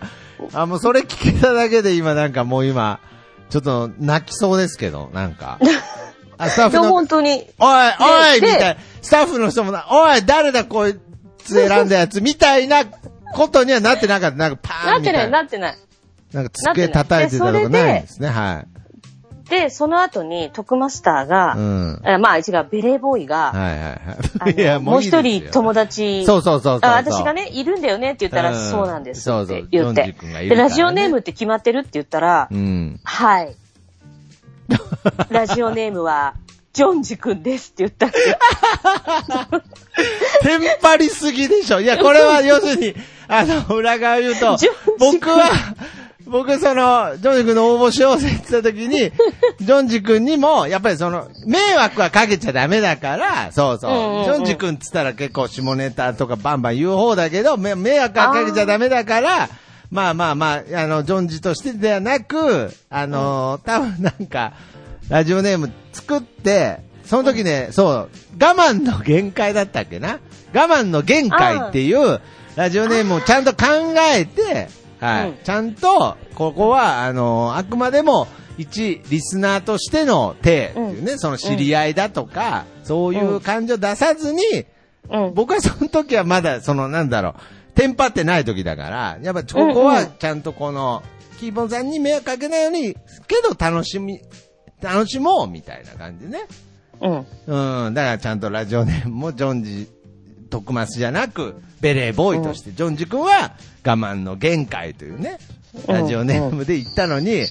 [SPEAKER 1] あ、もうそれ聞けただけで今なんかもう今、ちょっと泣きそうですけど、なん か。あ、スタッ
[SPEAKER 2] で
[SPEAKER 1] フの、おい
[SPEAKER 2] 本当に、
[SPEAKER 1] おいみ
[SPEAKER 2] で
[SPEAKER 1] たいな、スタッフの人もな、おい誰だこいつ選んだやつみたいなことにはなってなかった。なんかパー
[SPEAKER 2] な
[SPEAKER 1] ン
[SPEAKER 2] っ
[SPEAKER 1] み
[SPEAKER 2] て
[SPEAKER 1] たいな。
[SPEAKER 2] ない、なってない。
[SPEAKER 1] なんか机叩いてたとかないですね、はい。
[SPEAKER 2] で、その後に、徳マスター
[SPEAKER 1] う
[SPEAKER 2] が、
[SPEAKER 1] ん。
[SPEAKER 2] あまあ、違う、ベレーボーイが、
[SPEAKER 1] はいはい
[SPEAKER 2] あ
[SPEAKER 1] はい。いや、
[SPEAKER 2] のもう
[SPEAKER 1] いいです
[SPEAKER 2] 一
[SPEAKER 1] よ
[SPEAKER 2] 人友達、
[SPEAKER 1] そうそうそうそうそう。
[SPEAKER 2] あ私がね、いるんだよねって言ったら、
[SPEAKER 1] うん
[SPEAKER 2] そうなんです
[SPEAKER 1] そう
[SPEAKER 2] っ
[SPEAKER 1] そう
[SPEAKER 2] て言って
[SPEAKER 1] ヨンジ君がいる
[SPEAKER 2] で、
[SPEAKER 1] からね
[SPEAKER 2] ラジオネームって決まってるって言ったら、
[SPEAKER 1] うん。
[SPEAKER 2] はい。 ラジオネームは、ジョンジ君ですって言ったんですよ。
[SPEAKER 1] テンパりすぎでしょ。いや、これは要するに、あの、裏側言うと
[SPEAKER 2] ジョン、ジ君
[SPEAKER 1] 僕は、僕その、ジョンジ君の応募しようぜって言った時に、ジョンジ君にも、やっぱりその、迷惑はかけちゃダメだから、そうそう。
[SPEAKER 2] うんうんうん
[SPEAKER 1] ジョンジ君っつったら結構下ネタとかバンバン言う方だけど、め迷惑はかけちゃダメだから、まあまあまあ、あの、ジョンジとしてではなく、あの、多分なんか、ラジオネーム作って、その時ね、そう、我慢の限界だったっけな我慢の限界っていうラジオネームをちゃんと考えて、はい、
[SPEAKER 2] うん
[SPEAKER 1] ちゃんと、ここは、あの、あくまでも、一、リスナーとしての手っていうね、その知り合いだとか、そういう感情出さずに、
[SPEAKER 2] うん。
[SPEAKER 1] 僕はその時はまだ、そのなんだろう、テンパってない時だから、やっぱここ
[SPEAKER 2] う
[SPEAKER 1] は
[SPEAKER 2] んう
[SPEAKER 1] ちゃんとこの、キーボンさんに迷惑かけないように、けど楽しみ、楽しもうみたいな感じね。
[SPEAKER 2] うん。
[SPEAKER 1] うん、だからちゃんとラジオネームもジョンジ、徳松じゃなく、ベレーボーイとして、ジョンジ君は我慢の限界というね、
[SPEAKER 2] うん
[SPEAKER 1] ラジオネームで言ったのに、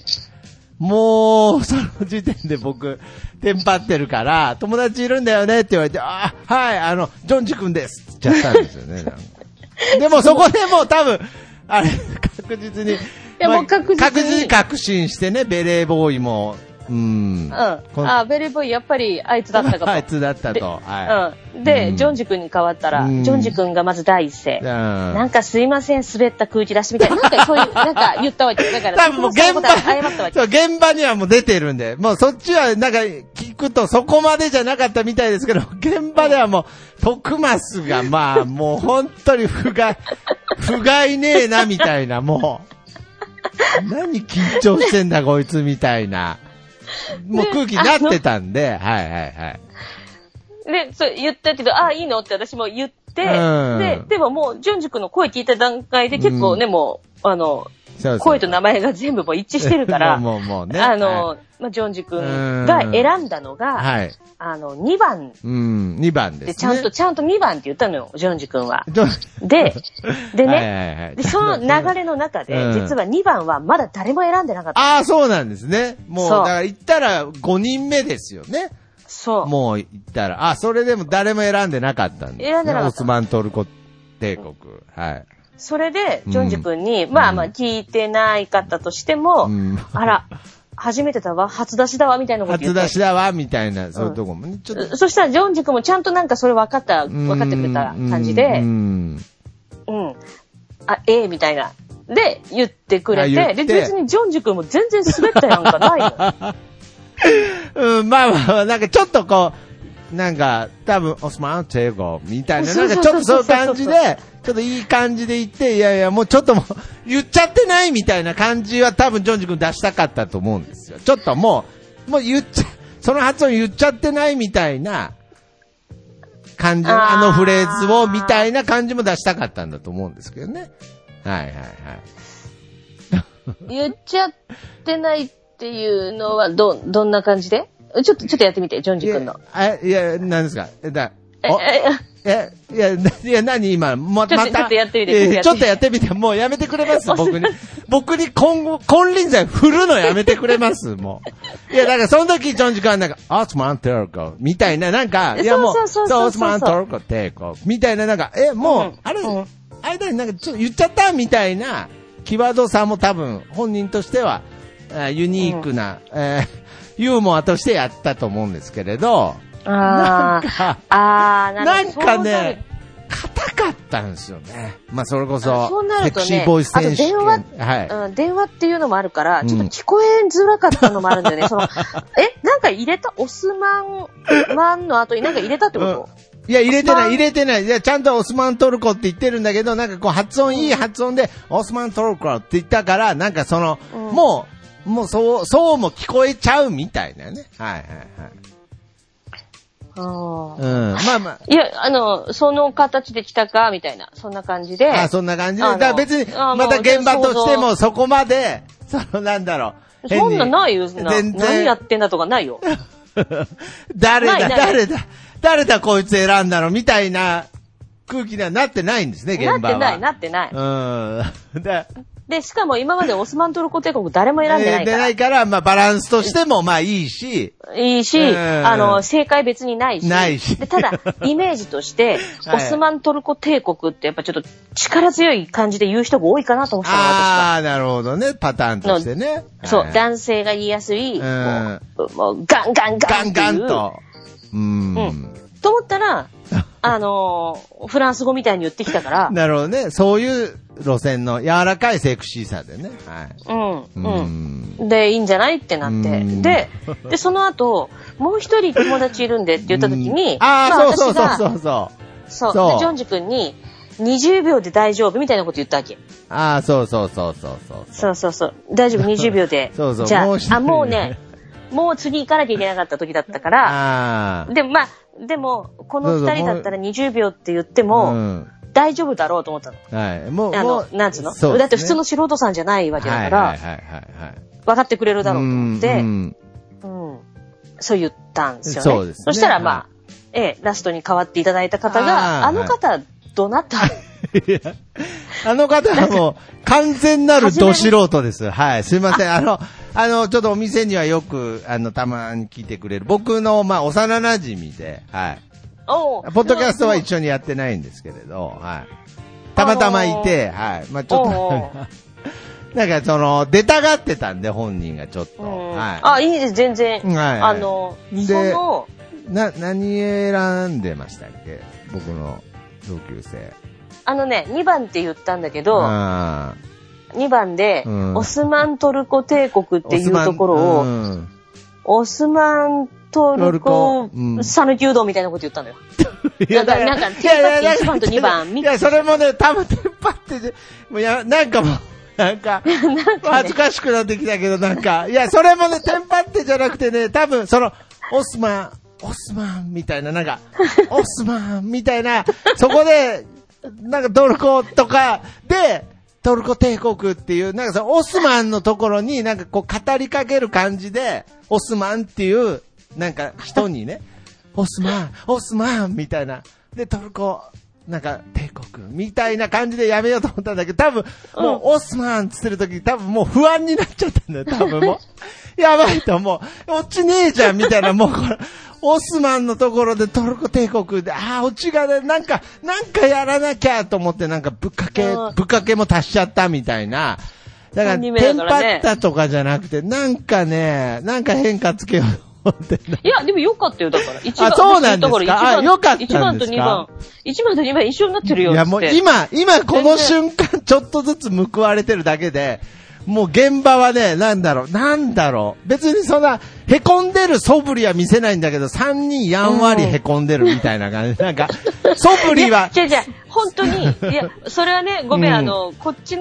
[SPEAKER 1] もう、その時点で僕、テンパってるから、友達いるんだよねって言われて、あーはい、あの、ジョンジ君ですって言っちゃったんですよね。なん かでもそこでもう多分、あれ、確実に。い
[SPEAKER 2] やもう確実に
[SPEAKER 1] 確実に確信してね、ベレーボーイも、うん。
[SPEAKER 2] うん。
[SPEAKER 1] この
[SPEAKER 2] あ、ベレーボーイ、やっぱり、あいつだったかと。
[SPEAKER 1] あいつだった
[SPEAKER 2] で
[SPEAKER 1] と。は
[SPEAKER 2] う
[SPEAKER 1] い。
[SPEAKER 2] ん。で、
[SPEAKER 1] うん
[SPEAKER 2] ジョンジ君に変わったら、
[SPEAKER 1] うん
[SPEAKER 2] ジョンジ君がまず第一声。
[SPEAKER 1] うん
[SPEAKER 2] なんかすいません、滑った空気出しみたいな。なんかそういう、なんか言ったわけ。だから、
[SPEAKER 1] 多分もう現
[SPEAKER 2] そこ
[SPEAKER 1] 場
[SPEAKER 2] で謝ったわ、け。
[SPEAKER 1] そう現場にはもう出てるんで、もうそっちはなんか聞くとそこまでじゃなかったみたいですけど、現場ではもう、徳スがまあ、もう本当に不甲斐、不甲斐ねえなみたいな、もう。何緊張してんだこいつみたいな。もう空気になってたんで、はいはいはい。
[SPEAKER 2] で、そう言ったけど、ああ、いいのって私も言って、
[SPEAKER 1] うん
[SPEAKER 2] で、でももう、ジョンジ君の声聞いた段階で結構ね、もう、あの、
[SPEAKER 1] そうです
[SPEAKER 2] 声と名前が全部もう一致してるか ら、
[SPEAKER 1] もう、もうもうね。
[SPEAKER 2] あの、
[SPEAKER 1] はい、
[SPEAKER 2] まあ、ジョンジ君が選んだのが、
[SPEAKER 1] はい。
[SPEAKER 2] あの、2番
[SPEAKER 1] うん、2番です、
[SPEAKER 2] で、
[SPEAKER 1] ね。
[SPEAKER 2] ちゃんと、ちゃんと2番って言ったのよ、ジョンジ君は。
[SPEAKER 1] どう
[SPEAKER 2] で、 で
[SPEAKER 1] はい
[SPEAKER 2] ね、
[SPEAKER 1] はいはい
[SPEAKER 2] でその流れの中で、
[SPEAKER 1] うん
[SPEAKER 2] 実は2番はまだ誰も選んでなかった。
[SPEAKER 1] ああ、そうなんですね。もう、
[SPEAKER 2] そ
[SPEAKER 1] だ
[SPEAKER 2] う
[SPEAKER 1] から行ったら5人目ですよね。
[SPEAKER 2] そう。
[SPEAKER 1] もう行ったら。あ、それでも誰も選んでなかったんです、ね。
[SPEAKER 2] 選んでなかった
[SPEAKER 1] オスマントルコ帝国。はい。
[SPEAKER 2] それで、ジョンジ君に、
[SPEAKER 1] ん
[SPEAKER 2] まあまあ聞いてないかったとしても、
[SPEAKER 1] うん
[SPEAKER 2] あら、初めてだわ、初出しだわ、みたいなこと言
[SPEAKER 1] 初
[SPEAKER 2] って。
[SPEAKER 1] 出しだわ、みたいな、そういうとこもね、ちょっと。
[SPEAKER 2] そしたら、ジョンジ君もちゃんとなんかそれ分かった、分かってくれた感じで、
[SPEAKER 1] う
[SPEAKER 2] うん。
[SPEAKER 1] ん。
[SPEAKER 2] あ、ええみたいな。で、言ってくれ
[SPEAKER 1] あ言
[SPEAKER 2] て、
[SPEAKER 1] って
[SPEAKER 2] で、別にジョンジ君も全然滑ったやんか、ないの。
[SPEAKER 1] うん、まあまあまあ、なんかちょっとこう、なんか、多分、オスマンチェーゴみたいな、
[SPEAKER 2] そ
[SPEAKER 1] なんか
[SPEAKER 2] うそう
[SPEAKER 1] ちょっとそういう
[SPEAKER 2] そ
[SPEAKER 1] 感
[SPEAKER 2] うそうそう
[SPEAKER 1] じで、ちょっといい感じで言って、いやいや、もうちょっともう、言っちゃってないみたいな感じは多分、ジョンジ君出したかったと思うんですよ。ちょっともう、もう言っちゃ、その発音言っちゃってないみたいな、感じ、
[SPEAKER 2] あー
[SPEAKER 1] あのフレーズを、みたいな感じも出したかったんだと思うんですけどね。はいはいはい。
[SPEAKER 2] 言っちゃってないっていうのは、ど、どんな感じでちょっと、ちょっとやってみて、ジョンジ君の。
[SPEAKER 1] え、いや、なんですかえ、だ、
[SPEAKER 2] え、
[SPEAKER 1] お
[SPEAKER 2] え、
[SPEAKER 1] え、いや、ないや、何今、ま、
[SPEAKER 2] ちょっと
[SPEAKER 1] また。
[SPEAKER 2] ちょっとやってみて
[SPEAKER 1] いい
[SPEAKER 2] やってみて
[SPEAKER 1] ちょっとやってみて、もうやめてくれます
[SPEAKER 2] おす
[SPEAKER 1] 僕に。僕に今後、金輪際振るのやめてくれますもう。いや、だからその時、ジョンジ君はなんか、オスマントルコ、みたいな、なんか、いやもう、
[SPEAKER 2] そうそうそうそうそう
[SPEAKER 1] オスマントルコ、テイコ、みたいな、なんか、え、もう、
[SPEAKER 2] うん
[SPEAKER 1] あれ、
[SPEAKER 2] うん
[SPEAKER 1] あれだになんか、ちょっと言っちゃったみたいな、キワードさも多分、本人としては、あユニークな、えーユーモアとしてやったと思うんですけれど、
[SPEAKER 2] あ
[SPEAKER 1] か
[SPEAKER 2] あ、ああ、な
[SPEAKER 1] な
[SPEAKER 2] る
[SPEAKER 1] ん
[SPEAKER 2] ほど。
[SPEAKER 1] かね、硬かったんですよね。まあ、それこそ、
[SPEAKER 2] あそうなるとね
[SPEAKER 1] セクシーボイス選手権。
[SPEAKER 2] あと電話
[SPEAKER 1] はい。
[SPEAKER 2] うん、電話っていうのもあるから、
[SPEAKER 1] ん
[SPEAKER 2] ちょっと聞こえづらかったのもあるんだ よね。その、え、なんか入れたオスマン、マンの後になんか入れたってこ
[SPEAKER 1] いや、入れて
[SPEAKER 2] オス
[SPEAKER 1] な
[SPEAKER 2] マ
[SPEAKER 1] い、
[SPEAKER 2] ン
[SPEAKER 1] 入れてない。いや、ちゃんとオスマントルコって言ってるんだけど、なんかこう発音、いい発音で、オスマントルコって言ったから、なんかその、
[SPEAKER 2] うん
[SPEAKER 1] もう、もうそう、そうも聞こえちゃうみたいなね。はいはいはい。
[SPEAKER 2] と、あ
[SPEAKER 1] うん。
[SPEAKER 2] ー
[SPEAKER 1] まあ まあ。
[SPEAKER 2] いや、あの、その形で来たか、みたいな、そんな感じで。
[SPEAKER 1] あそんな感じで。
[SPEAKER 2] あ
[SPEAKER 1] だから
[SPEAKER 2] の
[SPEAKER 1] 別に、
[SPEAKER 2] あもう
[SPEAKER 1] また現場として
[SPEAKER 2] 想
[SPEAKER 1] もそこまで、そのなんだろう。
[SPEAKER 2] そんな
[SPEAKER 1] 変に
[SPEAKER 2] ないよ、そんな。
[SPEAKER 1] 全然
[SPEAKER 2] 何やってんだとかないよ。
[SPEAKER 1] 誰
[SPEAKER 2] な
[SPEAKER 1] だ、
[SPEAKER 2] いない
[SPEAKER 1] 誰だ、誰だこいつ選んだのみたいな空気にはなってないんですね、
[SPEAKER 2] な
[SPEAKER 1] 現
[SPEAKER 2] っ
[SPEAKER 1] 場は。
[SPEAKER 2] てない、なってない。
[SPEAKER 1] うん。だ
[SPEAKER 2] で、しかも今までオスマントルコ帝国誰も選んでな
[SPEAKER 1] え
[SPEAKER 2] い
[SPEAKER 1] ー出
[SPEAKER 2] から。
[SPEAKER 1] から、まあバランスとしてもまあいいし、
[SPEAKER 2] いいし、
[SPEAKER 1] うん
[SPEAKER 2] あの、正解別にないし。
[SPEAKER 1] ないし
[SPEAKER 2] でた だ、イメージとして、
[SPEAKER 1] はい
[SPEAKER 2] オスマントルコ帝国ってやっぱちょっと力強い感じで言う人が多いかなと思ってたの、私は。
[SPEAKER 1] ああ、なるほどね、パターンとしてね。
[SPEAKER 2] そう、
[SPEAKER 1] はい
[SPEAKER 2] 男性が言いやすい、
[SPEAKER 1] ん
[SPEAKER 2] もう、もうガンガンガ
[SPEAKER 1] ガ
[SPEAKER 2] ン
[SPEAKER 1] ン
[SPEAKER 2] ってい
[SPEAKER 1] ガ
[SPEAKER 2] う。
[SPEAKER 1] ンと。うん。
[SPEAKER 2] うんと思っ たら、あのーフランス語みたいに言ってきたから、
[SPEAKER 1] なるほどね、そういう路線の柔らかいセクシーさでね。はい。
[SPEAKER 2] うん、うん。
[SPEAKER 1] ん。
[SPEAKER 2] で、いいんじゃないってなって。
[SPEAKER 1] うん
[SPEAKER 2] で、で、その後、もう一人友達いるんでって言った時に
[SPEAKER 1] う、んああ、
[SPEAKER 2] ま
[SPEAKER 1] そうそう
[SPEAKER 2] 私が
[SPEAKER 1] そうそうそう。
[SPEAKER 2] そう。
[SPEAKER 1] そう
[SPEAKER 2] で、ジョンジ君に、20秒で大丈夫みたいなこと言ったわけ。
[SPEAKER 1] ああ、そうそうそうそうそう。。
[SPEAKER 2] そうそうそう。大丈夫、20秒で
[SPEAKER 1] そうそう
[SPEAKER 2] じゃ
[SPEAKER 1] もう
[SPEAKER 2] あ
[SPEAKER 1] 一、人
[SPEAKER 2] あ、もうね、もう次行かなきゃいけなかった時だったから、
[SPEAKER 1] ああ。
[SPEAKER 2] でもまあ、でも、この二人だったら20秒って言って
[SPEAKER 1] う
[SPEAKER 2] も、
[SPEAKER 1] ん
[SPEAKER 2] 大丈夫だろうと思ったの。
[SPEAKER 1] はい。もう、
[SPEAKER 2] あ
[SPEAKER 1] も
[SPEAKER 2] の、
[SPEAKER 1] う
[SPEAKER 2] なんつうの
[SPEAKER 1] そうですね
[SPEAKER 2] だって普通の素人さんじゃないわけだから、
[SPEAKER 1] はいはいはいはいはい。
[SPEAKER 2] 分かってくれるだろうと思って、う
[SPEAKER 1] うんん
[SPEAKER 2] そう言ったんですよね。
[SPEAKER 1] そうですね
[SPEAKER 2] したらまあ、ええ、ラストに代わっていただいた方が、
[SPEAKER 1] あー
[SPEAKER 2] あの方、どな た
[SPEAKER 1] いやあの方はもう、完全なるど素人です。はい。すいません。あの、あの、ちょっとお店にはよく、あの、たまに来てくれる。僕の、まあ、幼馴染で、はい。
[SPEAKER 2] おう
[SPEAKER 1] ポッドキャストは一緒にやってないんですけれど、はい。たまたまいて、はい。まあ、ちょっ
[SPEAKER 2] おうお
[SPEAKER 1] と、 なんかその、出たがってたんで、本人がちょっと。
[SPEAKER 2] うん
[SPEAKER 1] はい。
[SPEAKER 2] あ、いいです、全
[SPEAKER 1] は
[SPEAKER 2] 然。
[SPEAKER 1] いはい
[SPEAKER 2] あの、
[SPEAKER 1] で
[SPEAKER 2] その、
[SPEAKER 1] な、何選んでましたっけ僕の同級生。
[SPEAKER 2] あのね、2番って言ったんだけど、
[SPEAKER 1] あー
[SPEAKER 2] 2番で、
[SPEAKER 1] うん
[SPEAKER 2] オスマントルコ帝国っていうところを、
[SPEAKER 1] オスマンうん
[SPEAKER 2] オスマントルコ
[SPEAKER 1] うん、
[SPEAKER 2] 讃岐うどんみたいなこと言ったのよ。
[SPEAKER 1] い
[SPEAKER 2] なんかなんかテンパって一番と二番
[SPEAKER 1] いや、それもね、たぶんテンパってて、もうや、なんかもう、なん か、恥ずかしくなってきたけど、なんか、いや、それもね、テンパってじゃなくてね、多分その、オスマン、オスマンみたいな、なん か、オスマンみたいな、そこで、なんか、ドルコとかで、トルコ帝国っていう、なんかそのオスマンのところになんかこう語りかける感じで、オスマンっていう、なんか人にね、オスマン、オスマンみたいな。で、トルコ、なんか帝国みたいな感じでやめようと思ったんだけど、多分、もうオスマンっつってる時に多分もう不安になっちゃったんだよ、多 分もう。やばいと思う。落ちねえじゃんみたいな、もうこれ。オスマンのところでトルコ帝国で、ああ、オチがね、なんか、なんかやらなきゃと思って、なんかぶっかけ
[SPEAKER 2] うん、
[SPEAKER 1] ぶっかけも足しちゃったみたいな。だから、
[SPEAKER 2] アニメ
[SPEAKER 1] テ
[SPEAKER 2] だ
[SPEAKER 1] ン
[SPEAKER 2] か
[SPEAKER 1] パ
[SPEAKER 2] ら
[SPEAKER 1] っ
[SPEAKER 2] ね
[SPEAKER 1] たとかじゃなくて、なんかね、なんか変化つけようと思って
[SPEAKER 2] いや、でもよかったよ、だから。一
[SPEAKER 1] あ
[SPEAKER 2] 番
[SPEAKER 1] そうなんですか
[SPEAKER 2] だら一番
[SPEAKER 1] あよかったんですか
[SPEAKER 2] 一番と二番。一番と二番一緒になってるよ、
[SPEAKER 1] い
[SPEAKER 2] つ
[SPEAKER 1] や
[SPEAKER 2] っ
[SPEAKER 1] もう
[SPEAKER 2] て。
[SPEAKER 1] 今、今この瞬間、 ちょっとずつ報われてるだけで、もう現場はね、なんだろう、なんだろう。別にそんな、凹んでる素振りは見せないんだけど、3人やんわり凹んでるみたいな感じ。 なんか、素振り は、
[SPEAKER 2] じゃじゃ本当に、 いや、それはね、ごめん、
[SPEAKER 1] うん
[SPEAKER 2] あの、こっち
[SPEAKER 1] うん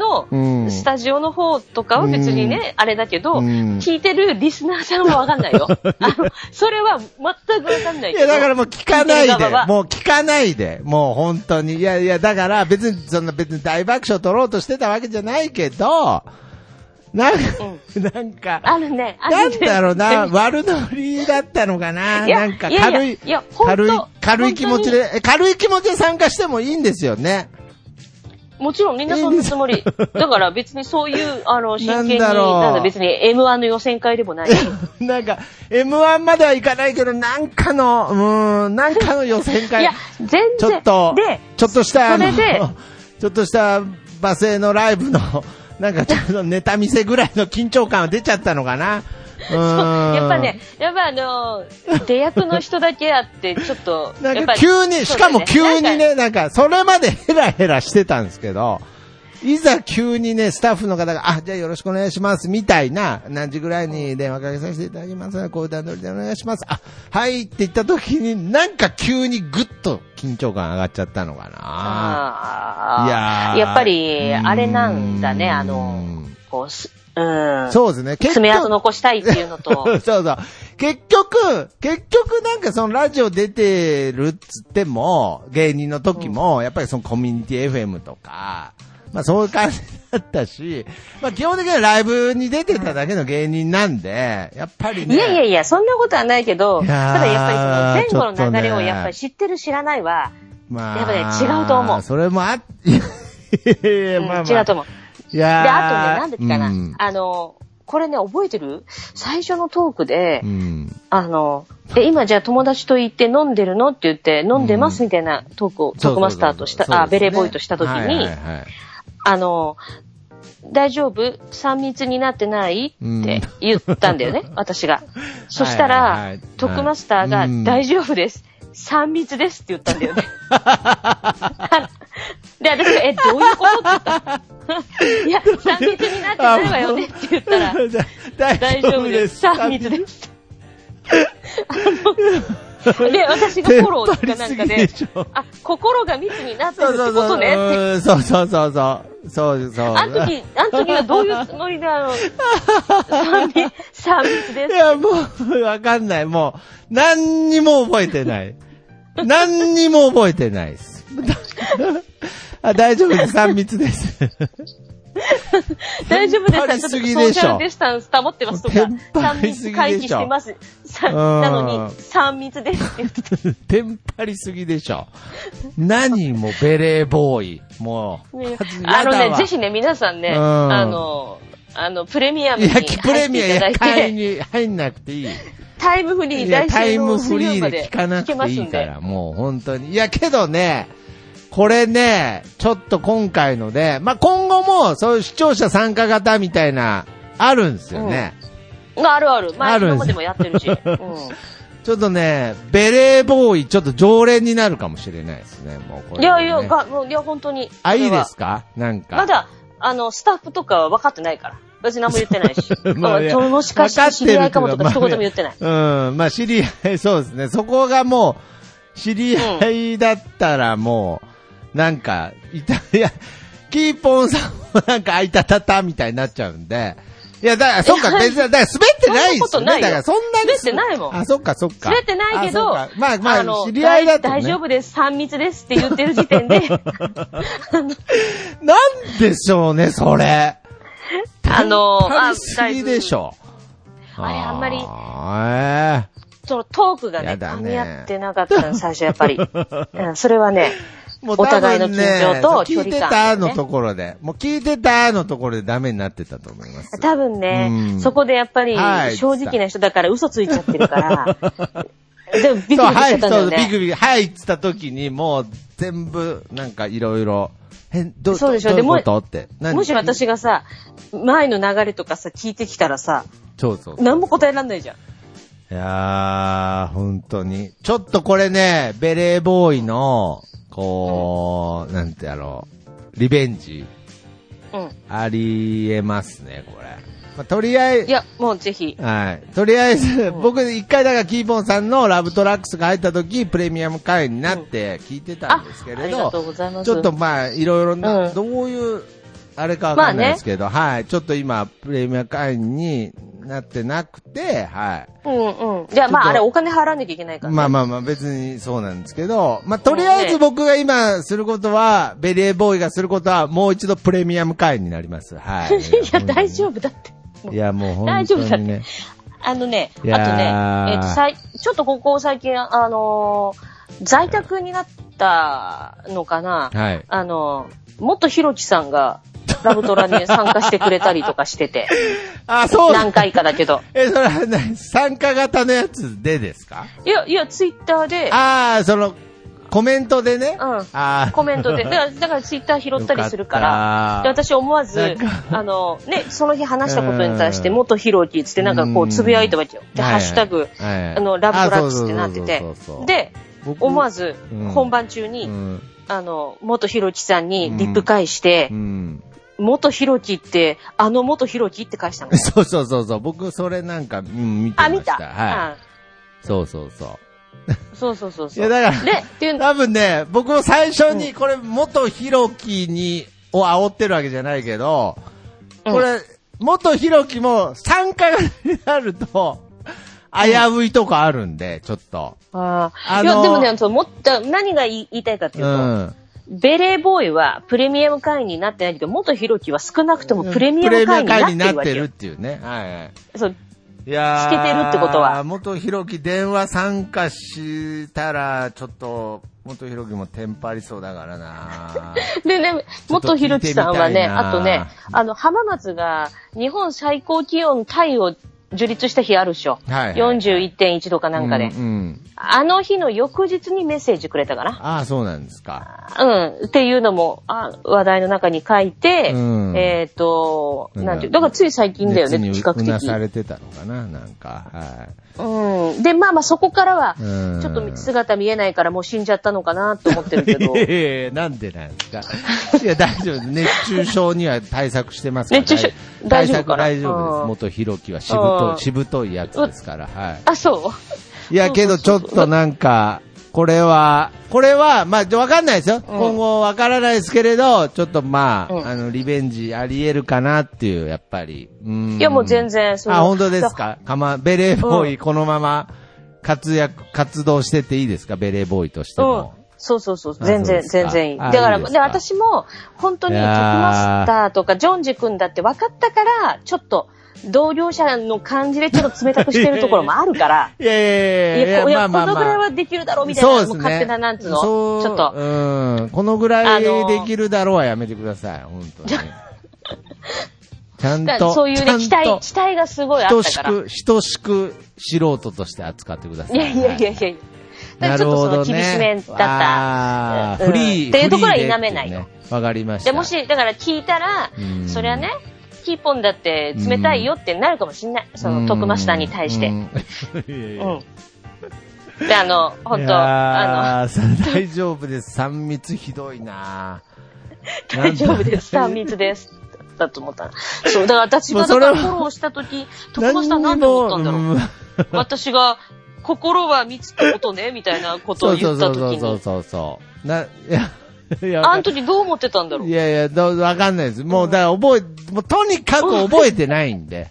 [SPEAKER 2] のスタジオの方とかは別にね、あれだけど、
[SPEAKER 1] うん
[SPEAKER 2] 聞いてるリスナーさんはわかんない よ。あの、それは全くわかんない
[SPEAKER 1] い
[SPEAKER 2] けど。
[SPEAKER 1] や、だからもう聞かない
[SPEAKER 2] 聞いてる側
[SPEAKER 1] で
[SPEAKER 2] は、
[SPEAKER 1] もう聞かないで、もう本当に。いやいや、だから別に、そんな別に大爆笑取ろうとしてたわけじゃないけど、なんか、 なんか、
[SPEAKER 2] あるね、あ
[SPEAKER 1] な
[SPEAKER 2] る
[SPEAKER 1] ん
[SPEAKER 2] ね。
[SPEAKER 1] だろうな、悪ノリだったのかな、
[SPEAKER 2] いや
[SPEAKER 1] なんか
[SPEAKER 2] いやいや
[SPEAKER 1] 軽い
[SPEAKER 2] いや、ほんと
[SPEAKER 1] 軽い、軽い
[SPEAKER 2] ほんとに
[SPEAKER 1] 気持ちで、え軽い気持ちで参加してもいいんですよね。
[SPEAKER 2] もちろんみんなそんなつもり。だから別にそういう、あの、真剣に、
[SPEAKER 1] な
[SPEAKER 2] なんん
[SPEAKER 1] だろう
[SPEAKER 2] だ別に M1 の予選会でも ない。
[SPEAKER 1] なんか、M1 まではいかないけど、なんかの、うーん、なんかの予選
[SPEAKER 2] い
[SPEAKER 1] 会
[SPEAKER 2] や、、全然。
[SPEAKER 1] ちょっと
[SPEAKER 2] で、、
[SPEAKER 1] ちょっとした、あの
[SPEAKER 2] それで
[SPEAKER 1] ちょっとした、罵声のライブの、なんかちょっとネタ見せぐらいの緊張感は出ちゃったのか な。うーん
[SPEAKER 2] やっぱね、やっぱあのー、出役の人だけあって、ちょっと、
[SPEAKER 1] な
[SPEAKER 2] や
[SPEAKER 1] ん
[SPEAKER 2] っ
[SPEAKER 1] か
[SPEAKER 2] ぱ
[SPEAKER 1] 急に、しかも急に
[SPEAKER 2] そうだよ
[SPEAKER 1] ね、なんか、それまで ヘラヘラしてたんですけど、いざ急にね、スタッフの方が、あ、じゃあよろしくお願いします、みたいな、何時ぐらいに電話かけさせていただきます、こういう段取りでお願いします、あ、はいって言った時に、なんか急にぐっと緊張感上がっちゃったのかな。いや
[SPEAKER 2] あ
[SPEAKER 1] ー
[SPEAKER 2] ーやっぱり、
[SPEAKER 1] うん
[SPEAKER 2] あれなんだね、あの
[SPEAKER 1] うん、
[SPEAKER 2] こう、すうん。
[SPEAKER 1] そうですね、結
[SPEAKER 2] 爪痕
[SPEAKER 1] 局、
[SPEAKER 2] 残したいっていうの
[SPEAKER 1] そう
[SPEAKER 2] と、
[SPEAKER 1] そう。結局、結局なんかそのラジオ出てるっつっても、芸人の時も、やっぱりそのコミュニティ FM とか、まあそういう感じだったし、まあ基本的にはライブに出てただけの芸人なんで、やっぱりね。
[SPEAKER 2] いやいやいや、そんなことはないけど、
[SPEAKER 1] い
[SPEAKER 2] た
[SPEAKER 1] やー
[SPEAKER 2] だやっぱりその前後の流れ
[SPEAKER 1] ちょっと
[SPEAKER 2] を
[SPEAKER 1] ね
[SPEAKER 2] やっぱり知ってる知らないは、
[SPEAKER 1] ま
[SPEAKER 2] やっぱね違うと思う
[SPEAKER 1] それもあっ、 いやいやいや
[SPEAKER 2] うん
[SPEAKER 1] まあまあ。
[SPEAKER 2] 違うと思う。
[SPEAKER 1] いやー
[SPEAKER 2] で、あとね、なんでかな、
[SPEAKER 1] うん
[SPEAKER 2] あの、これね、覚えてる最初のトークで、
[SPEAKER 1] うん。
[SPEAKER 2] あの、え、今じゃあ友達と行って飲んでるのって言って、飲んでますみたいなトークを、トークマスターとした、あ、ベレーボーイとした時に、
[SPEAKER 1] はいはいはい
[SPEAKER 2] あの、大丈夫 ?3 密になってない
[SPEAKER 1] うん
[SPEAKER 2] って言ったんだよ ね、私が。そしたら、
[SPEAKER 1] はいはいはい
[SPEAKER 2] トークマスターが、
[SPEAKER 1] うん
[SPEAKER 2] 大丈夫です。3密ですって言った んだよね。で、私が、え、どういうこと って言ったらいや、3密になってないわよねって言ったら、 大
[SPEAKER 1] 大
[SPEAKER 2] 丈夫です。3密です。あので、私がフォローかなんか
[SPEAKER 1] テンパり
[SPEAKER 2] です
[SPEAKER 1] ぎでしょ、
[SPEAKER 2] あ、心が密になってる
[SPEAKER 1] そ
[SPEAKER 2] っ
[SPEAKER 1] う
[SPEAKER 2] て
[SPEAKER 1] そう
[SPEAKER 2] ことねって言って
[SPEAKER 1] そう。そうそうそうそう。そうそう。
[SPEAKER 2] あの時、あの時はどういうつもりであの、三密、三密で
[SPEAKER 1] い
[SPEAKER 2] す。
[SPEAKER 1] や、もう、わかんない。もう、何にも覚えてない。何にも覚えてないです。 あ大丈夫です。3密です。
[SPEAKER 2] 大丈夫で
[SPEAKER 1] テンパり
[SPEAKER 2] す
[SPEAKER 1] す
[SPEAKER 2] か
[SPEAKER 1] ぎ
[SPEAKER 2] ちょ
[SPEAKER 1] で
[SPEAKER 2] っとソ
[SPEAKER 1] し
[SPEAKER 2] ー
[SPEAKER 1] ょ
[SPEAKER 2] シャルディスタンス保ってますとか
[SPEAKER 1] テン、パ
[SPEAKER 2] 三
[SPEAKER 1] りすぎでしょ
[SPEAKER 2] 密回避してます。さ
[SPEAKER 1] うん
[SPEAKER 2] なのに、三密ですって言ってた
[SPEAKER 1] テンパりすぎでしょ。何もベレーボーイ。もう。
[SPEAKER 2] ね
[SPEAKER 1] やだ
[SPEAKER 2] あの
[SPEAKER 1] わ
[SPEAKER 2] ね、ぜひね、皆さんね、
[SPEAKER 1] うん
[SPEAKER 2] あの、あの、プレミアムに入っ
[SPEAKER 1] 焼
[SPEAKER 2] て
[SPEAKER 1] きプレミア
[SPEAKER 2] いただ
[SPEAKER 1] や
[SPEAKER 2] い
[SPEAKER 1] 会
[SPEAKER 2] て、
[SPEAKER 1] に入んなくていい。
[SPEAKER 2] タイムフリー、
[SPEAKER 1] いや
[SPEAKER 2] 来
[SPEAKER 1] タイ
[SPEAKER 2] 週
[SPEAKER 1] ム
[SPEAKER 2] の
[SPEAKER 1] フ
[SPEAKER 2] 水
[SPEAKER 1] リ
[SPEAKER 2] 曜
[SPEAKER 1] ー
[SPEAKER 2] ま
[SPEAKER 1] で
[SPEAKER 2] で
[SPEAKER 1] 聞かなく
[SPEAKER 2] 聞けま
[SPEAKER 1] てい
[SPEAKER 2] す
[SPEAKER 1] い
[SPEAKER 2] ん
[SPEAKER 1] か
[SPEAKER 2] で。
[SPEAKER 1] ら、もう本当に。いや、けどね、これね、ちょっと今回ので、まあ、今後も、そういう視聴者参加型みたいな、あるんですよね。
[SPEAKER 2] うんあるある。
[SPEAKER 1] あ
[SPEAKER 2] 前
[SPEAKER 1] るんです
[SPEAKER 2] 今までもやってる し。うん
[SPEAKER 1] ちょっとね、ベレーボーイ、ちょっと常連になるかもしれないですね、もうこれ、ね。
[SPEAKER 2] いやいや、が、もういや、本当に。
[SPEAKER 1] あ、いいですかなんか。。
[SPEAKER 2] まだ、あの、スタッフとかは分かってないから。別に何も言ってないし
[SPEAKER 1] まあ いや
[SPEAKER 2] うんもしかし
[SPEAKER 1] わ
[SPEAKER 2] て
[SPEAKER 1] っ
[SPEAKER 2] 知
[SPEAKER 1] るけ
[SPEAKER 2] り
[SPEAKER 1] ど
[SPEAKER 2] 合いかもと
[SPEAKER 1] ま
[SPEAKER 2] か
[SPEAKER 1] あ
[SPEAKER 2] 一言も言ってない。
[SPEAKER 1] うん、まあ知り 合い、そうですね。そこがもう、知り合いだったらもう、なんか、 いた、いや、キーポンさんもなんか、あいたたたみたいになっちゃうんで、いや、だから、そっか、別に、だから滑ってないです
[SPEAKER 2] そ
[SPEAKER 1] よ
[SPEAKER 2] ん
[SPEAKER 1] ね。
[SPEAKER 2] なことないよ
[SPEAKER 1] だから、そんなに。
[SPEAKER 2] 滑ってないもん
[SPEAKER 1] あ、そっか、そっか。
[SPEAKER 2] 滑ってないけど
[SPEAKER 1] あそうかまあ、ま
[SPEAKER 2] あの
[SPEAKER 1] あ、知り合いだと、ね。
[SPEAKER 2] 大大丈夫です、3密ですって言ってる時 点で、
[SPEAKER 1] なんでしょうね、それ。
[SPEAKER 2] あのー
[SPEAKER 1] 単すぎでしょ。
[SPEAKER 2] あれあんまり
[SPEAKER 1] あー
[SPEAKER 2] そのトークがね、
[SPEAKER 1] やだ
[SPEAKER 2] 噛
[SPEAKER 1] ね
[SPEAKER 2] み合ってなかったの、最初やっ ぱり。うん、それはね、
[SPEAKER 1] えもう
[SPEAKER 2] お互いの
[SPEAKER 1] 多分ね
[SPEAKER 2] 緊張と距離感
[SPEAKER 1] 聞いてたのところで、もう聞いてたのところでダメになってたと思います。
[SPEAKER 2] 多分ね、
[SPEAKER 1] うん
[SPEAKER 2] そこでやっぱり
[SPEAKER 1] はい
[SPEAKER 2] 正直な人だから嘘ついちゃって るから、でもビクビクしち
[SPEAKER 1] そう、
[SPEAKER 2] ゃ
[SPEAKER 1] はい、
[SPEAKER 2] ったんだ
[SPEAKER 1] そ
[SPEAKER 2] よ
[SPEAKER 1] う、ビ
[SPEAKER 2] ね。
[SPEAKER 1] クビク、はい、っつった時に、もう、全部、なんか、いろいろ、変、ど
[SPEAKER 2] そうでしょ
[SPEAKER 1] どういうこ
[SPEAKER 2] で
[SPEAKER 1] とって。何
[SPEAKER 2] もし、私がさ、前の流れとかさ、聞いてきたらさ、
[SPEAKER 1] そうそうそう
[SPEAKER 2] 何も答えられないじゃん。
[SPEAKER 1] いやー、本当に。ちょっとこれね、ベレーボーイの、こう、なんてやろう、リベンジ、
[SPEAKER 2] うん。
[SPEAKER 1] ありえますね、これ。まあ、とりあえ
[SPEAKER 2] い
[SPEAKER 1] ず、
[SPEAKER 2] や、もうぜひ。
[SPEAKER 1] はい。とりあえず、僕、一回だから、キーボンさんのラブトラックスが入った時、プレミアム会員になって聞いてたんですけ
[SPEAKER 2] ああ
[SPEAKER 1] れ
[SPEAKER 2] り
[SPEAKER 1] ど、
[SPEAKER 2] がとうございます
[SPEAKER 1] ちょっとまあ、いろいろな、
[SPEAKER 2] うん
[SPEAKER 1] どういう、あれかわかん
[SPEAKER 2] ま
[SPEAKER 1] な
[SPEAKER 2] あ
[SPEAKER 1] い
[SPEAKER 2] ね
[SPEAKER 1] ですけど、はい。ちょっと今、プレミアム会員になってなくて、はい。
[SPEAKER 2] うんうん。じゃあ
[SPEAKER 1] ちょっ
[SPEAKER 2] ま
[SPEAKER 1] と
[SPEAKER 2] ああれお金払わなきゃいけないからね。
[SPEAKER 1] まあまあまあ別にそうなんですけど、まあとりあえず僕が今することは、ベレーボーイがすることは、もう一度プレミアム会員になります。はい。
[SPEAKER 2] いや、大丈
[SPEAKER 1] 夫。
[SPEAKER 2] 夫だって。もう
[SPEAKER 1] いやもう本
[SPEAKER 2] 大丈夫
[SPEAKER 1] 当
[SPEAKER 2] だっ
[SPEAKER 1] にね
[SPEAKER 2] て。。あのね、あと
[SPEAKER 1] い
[SPEAKER 2] ね、え
[SPEAKER 1] やー
[SPEAKER 2] っ、と、さい、ちょっとここ最近、あのー在宅になったのかな、
[SPEAKER 1] はい。
[SPEAKER 2] あのー、もっとひろきさんが、ラブトラに参加してくれたりとかして て、
[SPEAKER 1] あ、そう
[SPEAKER 2] 何回かだけど。
[SPEAKER 1] え、それは何参加型のやつでですか
[SPEAKER 2] いや、いや、ツイッターで、
[SPEAKER 1] ああ、その、コメントでね。
[SPEAKER 2] うん
[SPEAKER 1] あー
[SPEAKER 2] コメ ントで、だから、だからツイッター拾ったりするから、で
[SPEAKER 1] よかった
[SPEAKER 2] 私思わず
[SPEAKER 1] なん、
[SPEAKER 2] あの、ね、その日話したことに対して、
[SPEAKER 1] うん
[SPEAKER 2] 元ひろきつってなんかこ
[SPEAKER 1] うん
[SPEAKER 2] う、つぶやいたわけよ。で、
[SPEAKER 1] はい
[SPEAKER 2] ハッシュタグ、
[SPEAKER 1] はい
[SPEAKER 2] あの、ラブトラックスってなって
[SPEAKER 1] あ
[SPEAKER 2] て
[SPEAKER 1] そうそうそうそうそうそ。う
[SPEAKER 2] で、
[SPEAKER 1] 僕
[SPEAKER 2] 思わず
[SPEAKER 1] うん、
[SPEAKER 2] 本番中に、
[SPEAKER 1] うん。
[SPEAKER 2] あの、元ひろきさんにリップ返して
[SPEAKER 1] う、ん。
[SPEAKER 2] 元ひろきって、あの元ひろきって返したの。
[SPEAKER 1] そうそうそうそう。僕、それなんか、うん、見てま
[SPEAKER 2] あ、
[SPEAKER 1] した。
[SPEAKER 2] 見た。
[SPEAKER 1] はい。そうそうそう。
[SPEAKER 2] うんそうそうそうそう。
[SPEAKER 1] いや、だから、
[SPEAKER 2] で、っていうの、
[SPEAKER 1] 多分ね、僕も最初に、これ、元ひろきに、を煽ってるわけじゃないけど、
[SPEAKER 2] うん
[SPEAKER 1] これ、元ひろきも参加がになると、危ういとこあるんで、ちょっと。
[SPEAKER 2] あ
[SPEAKER 1] あ
[SPEAKER 2] あい
[SPEAKER 1] の
[SPEAKER 2] や、でもね、そう、もっと、何が言い言いたいかっていううと、
[SPEAKER 1] ん。
[SPEAKER 2] ベレーボーイはプレミアム会員になってないけど、元ひろきは少なくともプレミアム会員
[SPEAKER 1] プレ
[SPEAKER 2] に
[SPEAKER 1] ミア
[SPEAKER 2] なって
[SPEAKER 1] ム
[SPEAKER 2] る
[SPEAKER 1] 会
[SPEAKER 2] わけ
[SPEAKER 1] 員にな
[SPEAKER 2] よ
[SPEAKER 1] っ。てるっていうね。はいはい。
[SPEAKER 2] そう、
[SPEAKER 1] いやー
[SPEAKER 2] 聞けてるってことは
[SPEAKER 1] 元ひろき電話参加したら、ちょっと、元ひろきもテンパりそうだからな
[SPEAKER 2] でね、元ひろきさん
[SPEAKER 1] ちょっ
[SPEAKER 2] はね、
[SPEAKER 1] と聞いてみたいな
[SPEAKER 2] あとね、あの、浜松が日本最高気温タイを樹立した日あるでしょ。
[SPEAKER 1] はいはい
[SPEAKER 2] 41.1度か なんかで、
[SPEAKER 1] うん、うん。
[SPEAKER 2] あの日の翌日にメッセージくれたかな。
[SPEAKER 1] ああ、そうなんですか。
[SPEAKER 2] うん。っていうのも、あ話題の中に書いて、
[SPEAKER 1] うん
[SPEAKER 2] えっ、と、なんていう、
[SPEAKER 1] な
[SPEAKER 2] だ
[SPEAKER 1] んか
[SPEAKER 2] からつい最近だよね、
[SPEAKER 1] 熱に
[SPEAKER 2] 比較
[SPEAKER 1] うなさ
[SPEAKER 2] 的。
[SPEAKER 1] れてたのかな、なんか。は
[SPEAKER 2] うん。で、まあまあそこからは、
[SPEAKER 1] うん
[SPEAKER 2] ちょっと姿見えないからもう死んじゃったのかなと思ってる
[SPEAKER 1] い。
[SPEAKER 2] けど
[SPEAKER 1] い、やいやいやなんでなんですか。いや、大丈 夫です。熱中症には対策してますから。
[SPEAKER 2] 熱中症
[SPEAKER 1] 対
[SPEAKER 2] 大丈夫かな
[SPEAKER 1] 対策大丈夫
[SPEAKER 2] う
[SPEAKER 1] です。
[SPEAKER 2] ん
[SPEAKER 1] 元ひろきはしぶと
[SPEAKER 2] うん
[SPEAKER 1] い、しぶといやつですから。はい。
[SPEAKER 2] あ、そう。
[SPEAKER 1] いや、けどちょっとなんか、これは、これは、まあ、わかんないですよ。今後わからないですけれど、ちょっとまあ、
[SPEAKER 2] うん
[SPEAKER 1] あの、リベンジあり得るかなっていう、やっぱり。うん
[SPEAKER 2] いやもう全然その
[SPEAKER 1] あ、本当ですか。かま、ベレーボーイ、このまま、活躍、活動してていいですかベレーボーイとして
[SPEAKER 2] うん
[SPEAKER 1] も。。
[SPEAKER 2] そうそうそう。
[SPEAKER 1] あ
[SPEAKER 2] 全
[SPEAKER 1] そう
[SPEAKER 2] 然、
[SPEAKER 1] ですか
[SPEAKER 2] 全然いい。
[SPEAKER 1] あ
[SPEAKER 2] だから、
[SPEAKER 1] いいですか
[SPEAKER 2] で私も、本当に、
[SPEAKER 1] い
[SPEAKER 2] ト
[SPEAKER 1] や
[SPEAKER 2] ク
[SPEAKER 1] ー
[SPEAKER 2] マスターとか、ジョンジ君だって分かったから、ちょっと、同僚者の感じでちょっと冷たくしてるところもあるから、
[SPEAKER 1] いや
[SPEAKER 2] い
[SPEAKER 1] いやいや
[SPEAKER 2] や、こい
[SPEAKER 1] ま
[SPEAKER 2] や
[SPEAKER 1] あ
[SPEAKER 2] こ
[SPEAKER 1] まあまあ。
[SPEAKER 2] のぐらいはできるだろうみたいな、
[SPEAKER 1] そう
[SPEAKER 2] も
[SPEAKER 1] で
[SPEAKER 2] う
[SPEAKER 1] すね
[SPEAKER 2] 勝手な、なんつうの、ち
[SPEAKER 1] そう
[SPEAKER 2] ょっと。
[SPEAKER 1] うん。このぐら
[SPEAKER 2] あの
[SPEAKER 1] い
[SPEAKER 2] ー
[SPEAKER 1] できるだろうはやめてください、本当に。 ちゃん
[SPEAKER 2] だから
[SPEAKER 1] と。
[SPEAKER 2] そういう
[SPEAKER 1] ちゃ
[SPEAKER 2] ね、
[SPEAKER 1] ん
[SPEAKER 2] 期
[SPEAKER 1] と
[SPEAKER 2] 待、期待がすごいあっ
[SPEAKER 1] 等
[SPEAKER 2] た
[SPEAKER 1] し
[SPEAKER 2] から。
[SPEAKER 1] く、等しく素人として扱ってください。
[SPEAKER 2] いやいやいやいやいや。
[SPEAKER 1] な
[SPEAKER 2] だからち
[SPEAKER 1] る
[SPEAKER 2] ょっと
[SPEAKER 1] ほ
[SPEAKER 2] そ
[SPEAKER 1] ど
[SPEAKER 2] の
[SPEAKER 1] ね。
[SPEAKER 2] 厳しめだった。
[SPEAKER 1] あー
[SPEAKER 2] うん
[SPEAKER 1] フリー。
[SPEAKER 2] っていうところは否
[SPEAKER 1] フリーで
[SPEAKER 2] めないの
[SPEAKER 1] ってうねわかりました。
[SPEAKER 2] で、も、し、だから聞いたら
[SPEAKER 1] うん、
[SPEAKER 2] そりゃね、キーポンだって冷たいよってなるかもしんない。その、トクマスターに対して
[SPEAKER 1] う。ん。 いやいや
[SPEAKER 2] うん。で、あの、本
[SPEAKER 1] い
[SPEAKER 2] 当
[SPEAKER 1] や
[SPEAKER 2] あ
[SPEAKER 1] ーさ大丈夫です。3密ひどいな
[SPEAKER 2] の、大丈夫です。三密です。だと思ったの。そう、だから私
[SPEAKER 1] も
[SPEAKER 2] が
[SPEAKER 1] う
[SPEAKER 2] だか
[SPEAKER 1] それは
[SPEAKER 2] らフォローしたとき、徳松さん何で思ったんだろう。
[SPEAKER 1] う。
[SPEAKER 2] 私が、心は密ってことね、みたいなこ
[SPEAKER 1] そ
[SPEAKER 2] とを
[SPEAKER 1] うそ
[SPEAKER 2] 言
[SPEAKER 1] う
[SPEAKER 2] った
[SPEAKER 1] そ
[SPEAKER 2] と
[SPEAKER 1] う
[SPEAKER 2] き
[SPEAKER 1] そう
[SPEAKER 2] に。
[SPEAKER 1] そうそうそう。な、いや、いや
[SPEAKER 2] あの時どう思ってたんだろう
[SPEAKER 1] い。やいや、どうわかんないです。もう、だから覚え、もうとにかく覚えてないんで、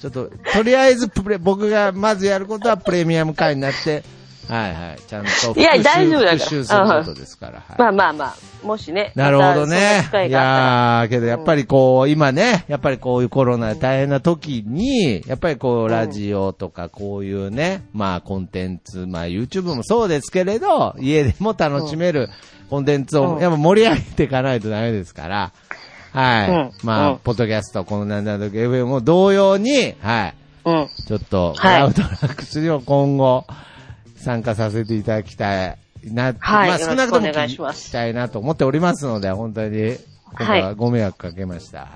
[SPEAKER 1] ちょっと、とりあえずプレ、僕がまずやることはプレミアム会になって、はいはい、ちゃんと復習、
[SPEAKER 2] いや大丈夫だから
[SPEAKER 1] 復習することですから。はい
[SPEAKER 2] まあまあまあ、もしね。
[SPEAKER 1] なるほど
[SPEAKER 2] またそんな
[SPEAKER 1] ね
[SPEAKER 2] 機。会
[SPEAKER 1] い
[SPEAKER 2] があっ
[SPEAKER 1] やー、けどやっぱりこう、今ね、やっぱりこういうコロナで大変な時に、やっぱりこう、ラジオとかこういうね、まあコンテンツ、まあ YouTube もそうですけれど、家でも楽しめるコンテンツ
[SPEAKER 2] う
[SPEAKER 1] を、
[SPEAKER 2] ん
[SPEAKER 1] やっぱ盛り上げていかないとダメですから、はい。
[SPEAKER 2] うん
[SPEAKER 1] まあ、
[SPEAKER 2] うん
[SPEAKER 1] ポッドキャスト、このなんだと FM も同様に、はい。
[SPEAKER 2] たうん。
[SPEAKER 1] ちょっと、
[SPEAKER 2] はい
[SPEAKER 1] アウトラックスにも今後、参加させていただきたいな、
[SPEAKER 2] はい
[SPEAKER 1] まあ少
[SPEAKER 2] よろしく
[SPEAKER 1] なくとも
[SPEAKER 2] お願いします
[SPEAKER 1] 聞きたいなと思っておりますので、本当に、今回はご迷惑かけました。は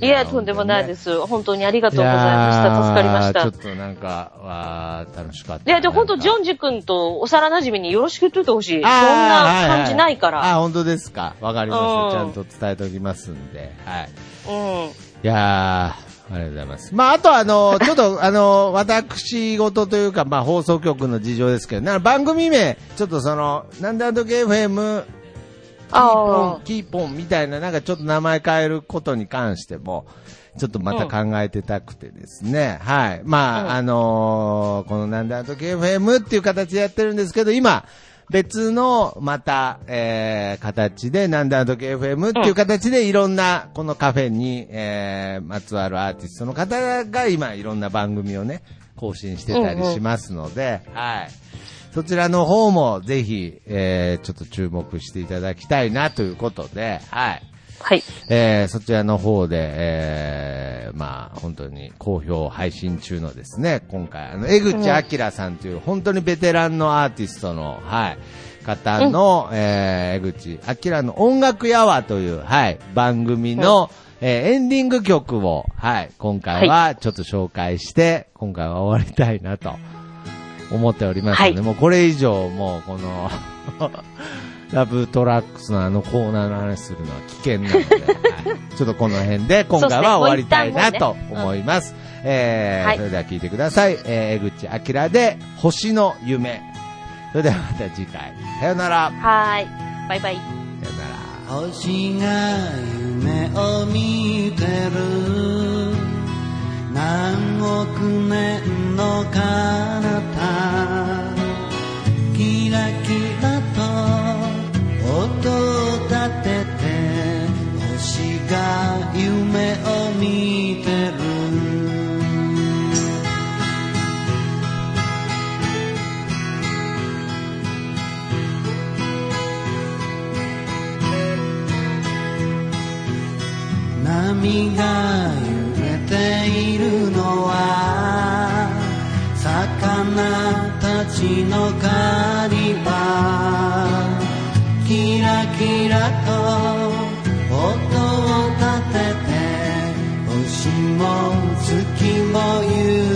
[SPEAKER 1] い。。
[SPEAKER 2] いや、とんでもないですす。本当にあり
[SPEAKER 1] あ
[SPEAKER 2] がとうございました。助かりました。
[SPEAKER 1] ちょっとなんか、わー楽しかった。
[SPEAKER 2] いや、で、本当ジョ
[SPEAKER 1] ン
[SPEAKER 2] ンジ君と幼馴染によろしく言っといてほしい。そんな感じないから。
[SPEAKER 1] あー、本当ですか。わかりました。ちゃ
[SPEAKER 2] うん
[SPEAKER 1] んと伝えておきますんで、はい。
[SPEAKER 2] うん。
[SPEAKER 1] いやー、ありがとうございます。まあ、あとあの、ちょっとあの、私事というか、まあ、放送局の事情ですけど、な番組名、ちょっとその、なんだとけ FM、キーポ
[SPEAKER 2] あ
[SPEAKER 1] ン、キーポンみたいな、なんかちょっと名前変えることに関しても、ちょっとまた考えてたくてですね。はい。まあ、あのーこのなんだとけ FM っていう形でやってるんですけど、今、別の、また、えー、形で、なんだとけ FM っていう形で、いろんな、このカフェに、えー、まつわるアーティストの方が、今、いろんな番組をね、更新してたりしますので、はい。そちらの方もぜひ、えー、ちょっと注目していただきたいなということで、はい。
[SPEAKER 2] あ。はい。
[SPEAKER 1] えー、そちらの方で、えー、まあ、本当に好評配信中のですね、今回、あの、江口明さんという、本当にベテランのアーティストの、はい、方の、えー、江口明の音楽やわという、はい、番組の、えーエンディング曲を、はい、今回はちょっと紹介して、今回は終わりたいなと思っておりますので、
[SPEAKER 2] はい
[SPEAKER 1] もうこれ以上、もうこの、ラブトラックスのあのコーナーの話するのは危険なので、は いちょっとこの辺で今回は終わりたいなと思います。えー
[SPEAKER 2] はい
[SPEAKER 1] それでは聞いてください。えー江口明で星の夢。それではまた次回。さよなら。
[SPEAKER 2] はーい。バイバイ。
[SPEAKER 1] さよなら。
[SPEAKER 3] 星が夢を見てる何億年の彼方キラキラと音を立てて星が夢を見てる波が揺れているのは魚たちの狩り場キラキラと音を立てて星も月も夢